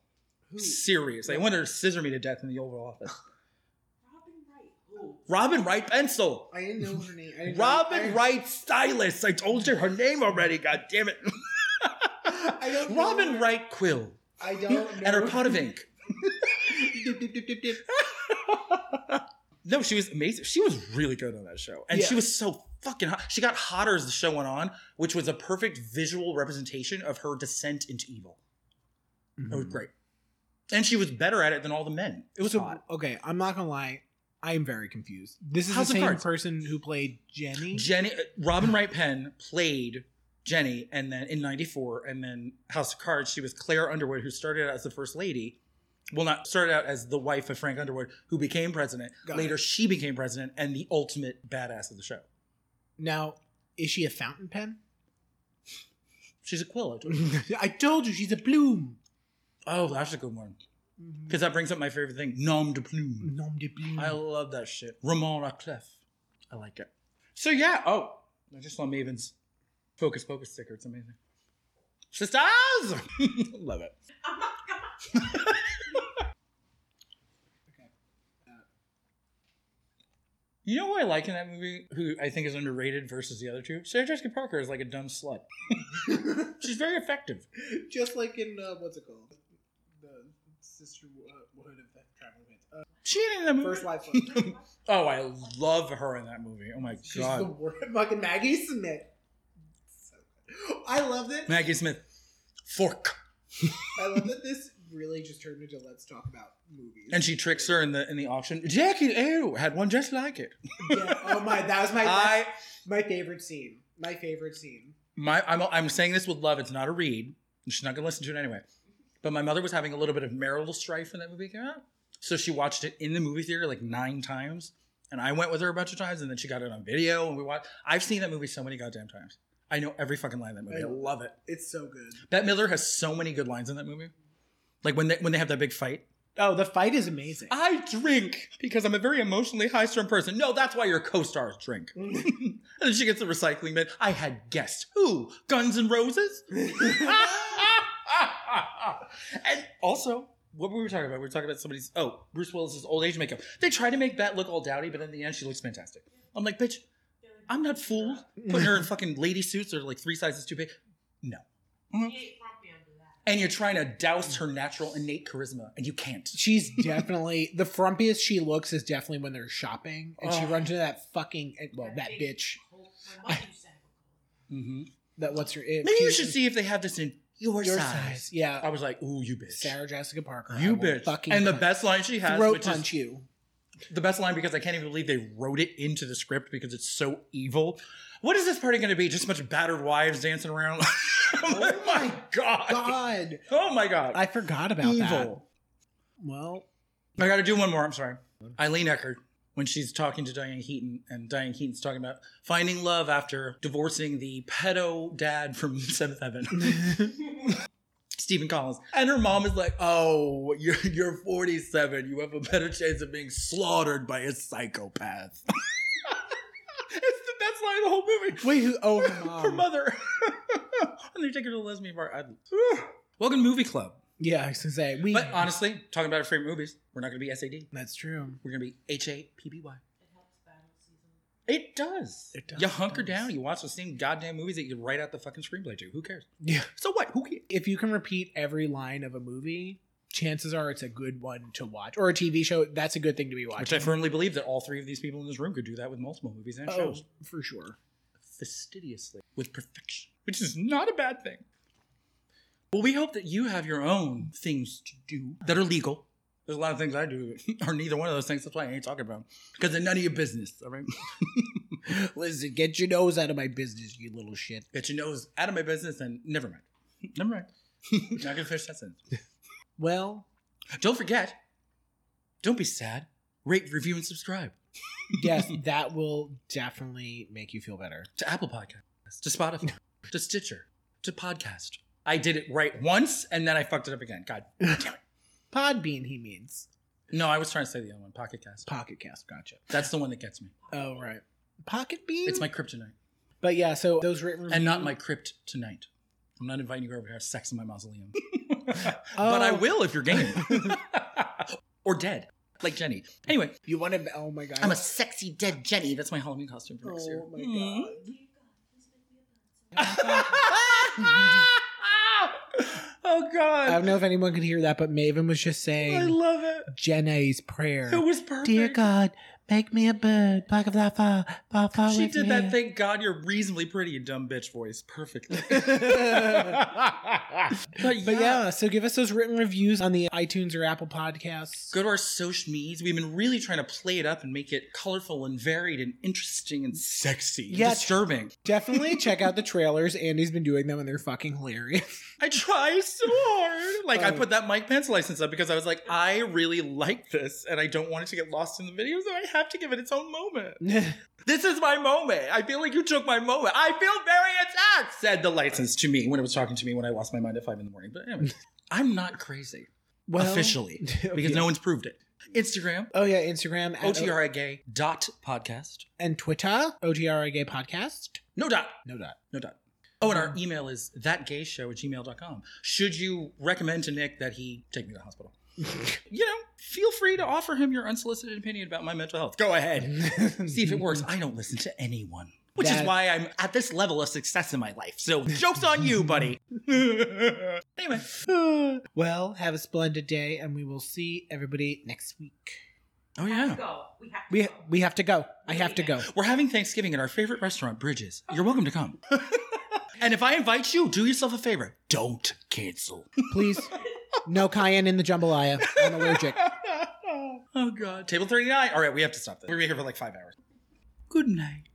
[SPEAKER 1] Who?
[SPEAKER 2] Seriously, I wanted her to scissor me to death in the Oval Office.
[SPEAKER 3] Robin Wright. Oh,
[SPEAKER 2] Robin Wright pencil.
[SPEAKER 1] I didn't know her name. I didn't
[SPEAKER 2] Robin
[SPEAKER 1] know,
[SPEAKER 2] Wright stylist. I told you her name already. God damn it. (laughs)
[SPEAKER 1] I don't know
[SPEAKER 2] Robin
[SPEAKER 1] her.
[SPEAKER 2] Wright quill
[SPEAKER 1] I don't know.
[SPEAKER 2] and her pot of ink.
[SPEAKER 1] (laughs) dip, dip, dip, dip, dip.
[SPEAKER 2] No, she was amazing. She was really good on that show. And
[SPEAKER 1] Yeah.
[SPEAKER 2] she was so fucking hot. She got hotter as the show went on, which was a perfect visual representation of her descent into evil. It
[SPEAKER 1] Mm-hmm. Mm.
[SPEAKER 2] was great. And she was better at it than all the men. It was
[SPEAKER 1] So,
[SPEAKER 2] hot.
[SPEAKER 1] okay, I'm not gonna lie. I am very confused. This is
[SPEAKER 2] House
[SPEAKER 1] the
[SPEAKER 2] of
[SPEAKER 1] same
[SPEAKER 2] Cards.
[SPEAKER 1] person who played Jenny.
[SPEAKER 2] Jenny uh, Robin Wright Penn played Jenny and then in 94 and then House of Cards she was Claire Underwood who started out as the first lady well, not started out as the wife of Frank Underwood, who became president.
[SPEAKER 1] Got it.
[SPEAKER 2] Later, she became president and the ultimate badass of the show.
[SPEAKER 1] Now, is she a fountain
[SPEAKER 2] (laughs)
[SPEAKER 1] pen?
[SPEAKER 2] She's Aquila. too.
[SPEAKER 1] I told you she's a bloom.
[SPEAKER 2] oh, that's a good one.
[SPEAKER 1] Mm-hmm.
[SPEAKER 2] Because that brings up my favorite thing, nom de plume.
[SPEAKER 1] Nom de (laughs) bloom.
[SPEAKER 2] I love that shit. Ramon Ratcliffe. I like it. So yeah. Oh, I just saw Maven's focus focus sticker. It's amazing. Sisters, (laughs) love it. You know who I like in that movie, who I think is underrated versus the other two? Sarah Jessica Parker is like a dumb slut. She's very effective.
[SPEAKER 1] Just like in uh, what's it called? The uh, sisterhood of the traveling uh,
[SPEAKER 2] She ain't in that movie.
[SPEAKER 1] First Life.
[SPEAKER 2] (laughs) oh, I love her in that movie. Oh my
[SPEAKER 1] She's the
[SPEAKER 2] god,
[SPEAKER 1] worst. (laughs) Fucking Maggie Smith. So good. I love that.
[SPEAKER 2] Maggie Smith, fork.
[SPEAKER 1] I love that this really just turned into let's talk about movies.
[SPEAKER 2] And she tricks her in the in the auction. Jackie Ew had one just like it.
[SPEAKER 1] Yeah. Oh my! That was my
[SPEAKER 2] (laughs) I
[SPEAKER 1] my favorite scene. My favorite scene.
[SPEAKER 2] my I'm I'm saying this with love. It's not a read. She's not gonna listen to it anyway. But my mother was having a little bit of marital strife when that movie came out. So she watched it in the movie theater like nine times. And I went with her a bunch of times, and then she got it on video and we watched I've seen that movie so many goddamn times. I know every fucking line in that movie. I
[SPEAKER 1] Right.
[SPEAKER 2] love it.
[SPEAKER 1] It's so good.
[SPEAKER 2] Bette Miller has so many good lines in that movie. Like when they when they have that big fight.
[SPEAKER 1] Oh, the fight is amazing.
[SPEAKER 2] I drink because I'm a very emotionally high strung person. No, that's why your co stars drink. and then she gets the recycling bin. I had guessed who? Guns and Roses? (laughs) and also, what were we talking about? We were talking about somebody's, oh, Bruce Willis's old age makeup. They try to make Bat look all dowdy, but in the end, she looks fantastic. I'm like, bitch, I'm not fooled. Putting her in fucking lady suits or like three sizes too big.
[SPEAKER 3] He ain't frumpy under that.
[SPEAKER 2] And you're trying to douse her natural innate charisma, and you can't.
[SPEAKER 1] (laughs) She's definitely the frumpiest she looks is definitely when they're shopping and she
[SPEAKER 2] Oh.
[SPEAKER 1] runs into that fucking well that
[SPEAKER 3] big
[SPEAKER 1] bitch
[SPEAKER 3] Cold, my mother used to have a cold.
[SPEAKER 2] Mm-hmm.
[SPEAKER 1] that what's her it,
[SPEAKER 2] Maybe you
[SPEAKER 1] she-
[SPEAKER 2] should see if they have this in your,
[SPEAKER 1] your
[SPEAKER 2] size.
[SPEAKER 1] size yeah
[SPEAKER 2] I was like, ooh, you bitch.
[SPEAKER 1] Sarah Jessica Parker I
[SPEAKER 2] you
[SPEAKER 1] will
[SPEAKER 2] bitch.
[SPEAKER 1] fucking
[SPEAKER 2] and the
[SPEAKER 1] punch-
[SPEAKER 2] best line she has,
[SPEAKER 1] throat
[SPEAKER 2] which is
[SPEAKER 1] punch you
[SPEAKER 2] the best line because I can't even believe they wrote it into the script because it's so evil. What is this party going to be? Just a bunch of battered wives dancing around? (laughs) oh my god.
[SPEAKER 1] God
[SPEAKER 2] Oh my god.
[SPEAKER 1] I forgot about that
[SPEAKER 2] evil.
[SPEAKER 1] well
[SPEAKER 2] I got to do one more. I'm sorry. Eileen Eckert, when she's talking to Diane Keaton, and Diane Keaton's talking about finding love after divorcing the pedo dad from (laughs) Seventh Heaven. Stephen Collins. And her mom is like, oh, you're, you're 47. You have a better chance of being slaughtered by a psychopath. (laughs) it's the best line of the whole movie.
[SPEAKER 1] wait who
[SPEAKER 2] (laughs)
[SPEAKER 1] oh
[SPEAKER 2] her,
[SPEAKER 1] her mom.
[SPEAKER 2] mother. and they take her to the lesbian bar. I- Welcome to Movie Club.
[SPEAKER 1] yeah I was gonna say we
[SPEAKER 2] But honestly, talking about our favorite movies, we're not going to be SAD.
[SPEAKER 1] that's true
[SPEAKER 2] We're gonna be H A P B Y.
[SPEAKER 3] It helps battle season.
[SPEAKER 2] It does.
[SPEAKER 1] It does.
[SPEAKER 2] You hunker
[SPEAKER 1] It does.
[SPEAKER 2] down. You watch the same goddamn movies that you write out the fucking screenplay to. Who cares?
[SPEAKER 1] yeah
[SPEAKER 2] So what? Who cares?
[SPEAKER 1] if you can repeat every line of a movie chances are it's a good one to watch or a TV show that's a good thing to be watching
[SPEAKER 2] Which I firmly believe that all three of these people in this room could do that with multiple movies and
[SPEAKER 1] oh
[SPEAKER 2] shows
[SPEAKER 1] for sure (laughs)
[SPEAKER 2] fastidiously with perfection, which is not a bad thing. Well, we hope that you have your own things to do that are legal. There's a lot of things I do that (laughs) are neither one of those things. That's why I ain't talking about because they're none of your business. All right, (laughs)
[SPEAKER 1] Listen, get your nose out of my business, you little shit.
[SPEAKER 2] get your nose out of my business and never mind. Never mind. (laughs) not gonna finish that sentence.
[SPEAKER 1] Well,
[SPEAKER 2] Don't forget, don't be sad. Rate, review, and subscribe
[SPEAKER 1] yes,
[SPEAKER 2] (laughs)
[SPEAKER 1] that will definitely make you feel better.
[SPEAKER 2] to Apple Podcasts,
[SPEAKER 1] (laughs)
[SPEAKER 2] to Spotify, to Stitcher, to Podcast. I did it right once and then I fucked it up again.
[SPEAKER 1] (laughs)
[SPEAKER 2] God damn it.
[SPEAKER 1] Podbean, he means.
[SPEAKER 2] No, I was trying to say the other one, Pocket Cast.
[SPEAKER 1] Pocket cast, gotcha.
[SPEAKER 2] That's the one that gets me.
[SPEAKER 1] Oh, right. Pocket bean?
[SPEAKER 2] It's my kryptonite.
[SPEAKER 1] But yeah, so those written reviews.
[SPEAKER 2] And not my crypt tonight. I'm not inviting you over to have sex in
[SPEAKER 1] (laughs)
[SPEAKER 2] my mausoleum.
[SPEAKER 1] Oh.
[SPEAKER 2] But I will if
[SPEAKER 1] (laughs)
[SPEAKER 2] you're game. or dead, like Jenny. Anyway,
[SPEAKER 1] You want to. Oh my god.
[SPEAKER 2] I'm a sexy dead Jenny. That's my Halloween costume for next year.
[SPEAKER 1] Oh my
[SPEAKER 2] Mm.
[SPEAKER 1] god.
[SPEAKER 2] (laughs) oh
[SPEAKER 1] I don't
[SPEAKER 2] god.
[SPEAKER 1] know if anyone could hear that, but Maven was just
[SPEAKER 2] I
[SPEAKER 1] saying
[SPEAKER 2] love it.
[SPEAKER 1] Jenna's prayer.
[SPEAKER 2] It was perfect.
[SPEAKER 1] Dear God,
[SPEAKER 4] Make me a bird, bark of that far, far, far
[SPEAKER 2] She
[SPEAKER 4] with
[SPEAKER 2] did
[SPEAKER 4] me.
[SPEAKER 2] that. Thank God you're reasonably pretty and dumb bitch voice
[SPEAKER 1] (laughs)
[SPEAKER 2] perfectly. (laughs) but
[SPEAKER 1] But yeah, so give us those written reviews on the iTunes or Apple podcasts.
[SPEAKER 2] Go to our social medias. We've been really trying to play it up and make it colorful and varied and interesting and sexy. and
[SPEAKER 1] Yeah.
[SPEAKER 2] Disturbing. (laughs)
[SPEAKER 1] Definitely check out the trailers. Andy's been doing them and they're fucking hilarious.
[SPEAKER 2] I try so hard. Like I
[SPEAKER 1] Oh.
[SPEAKER 2] put that Mike Pence license up because I was like, I really like this and I don't want it to get lost in the video, so I have to give it its own moment. This is my moment. I feel like you took my moment. I feel very attacked, said the license to me when it was talking to me when I lost my mind at five in the morning. But
[SPEAKER 1] (laughs)
[SPEAKER 2] anyway, I'm not crazy.
[SPEAKER 1] Well- (laughs)
[SPEAKER 2] officially. Because
[SPEAKER 1] Yeah.
[SPEAKER 2] no one's proved it. Instagram,
[SPEAKER 1] Oh yeah, Instagram at
[SPEAKER 2] OTRA dot podcast.
[SPEAKER 1] and Twitter, OTRA Gay Podcast.
[SPEAKER 2] No dot.
[SPEAKER 1] No dot.
[SPEAKER 2] No dot. Oh, and our
[SPEAKER 1] Mm-hmm.
[SPEAKER 2] email is thatgayshow at gmail.com. Should you recommend to Nick that he take me to
[SPEAKER 1] (laughs)
[SPEAKER 2] the hospital? you know, feel free to offer him your unsolicited opinion about my mental health. Go ahead. See if it works. I don't listen to anyone. Which is
[SPEAKER 1] That-
[SPEAKER 2] why I'm at this level of success in my life. So joke's on you, (laughs) buddy. anyway.
[SPEAKER 1] (laughs)
[SPEAKER 2] Oh,
[SPEAKER 1] well, have a splendid day, and we will see everybody next week.
[SPEAKER 2] Oh
[SPEAKER 3] We have to
[SPEAKER 2] yeah.
[SPEAKER 3] go. We have to
[SPEAKER 1] We
[SPEAKER 3] go.
[SPEAKER 1] we have to go. I have to go.
[SPEAKER 2] We're having Thanksgiving at our favorite restaurant, Bridges. You're welcome to (laughs) come. and if I invite you, do yourself a favor. Don't (laughs) cancel.
[SPEAKER 1] Please, no cayenne in the jambalaya. I'm allergic.
[SPEAKER 2] oh god. Table 39. All right, we have to stop this. We're here for like five hours. Good night.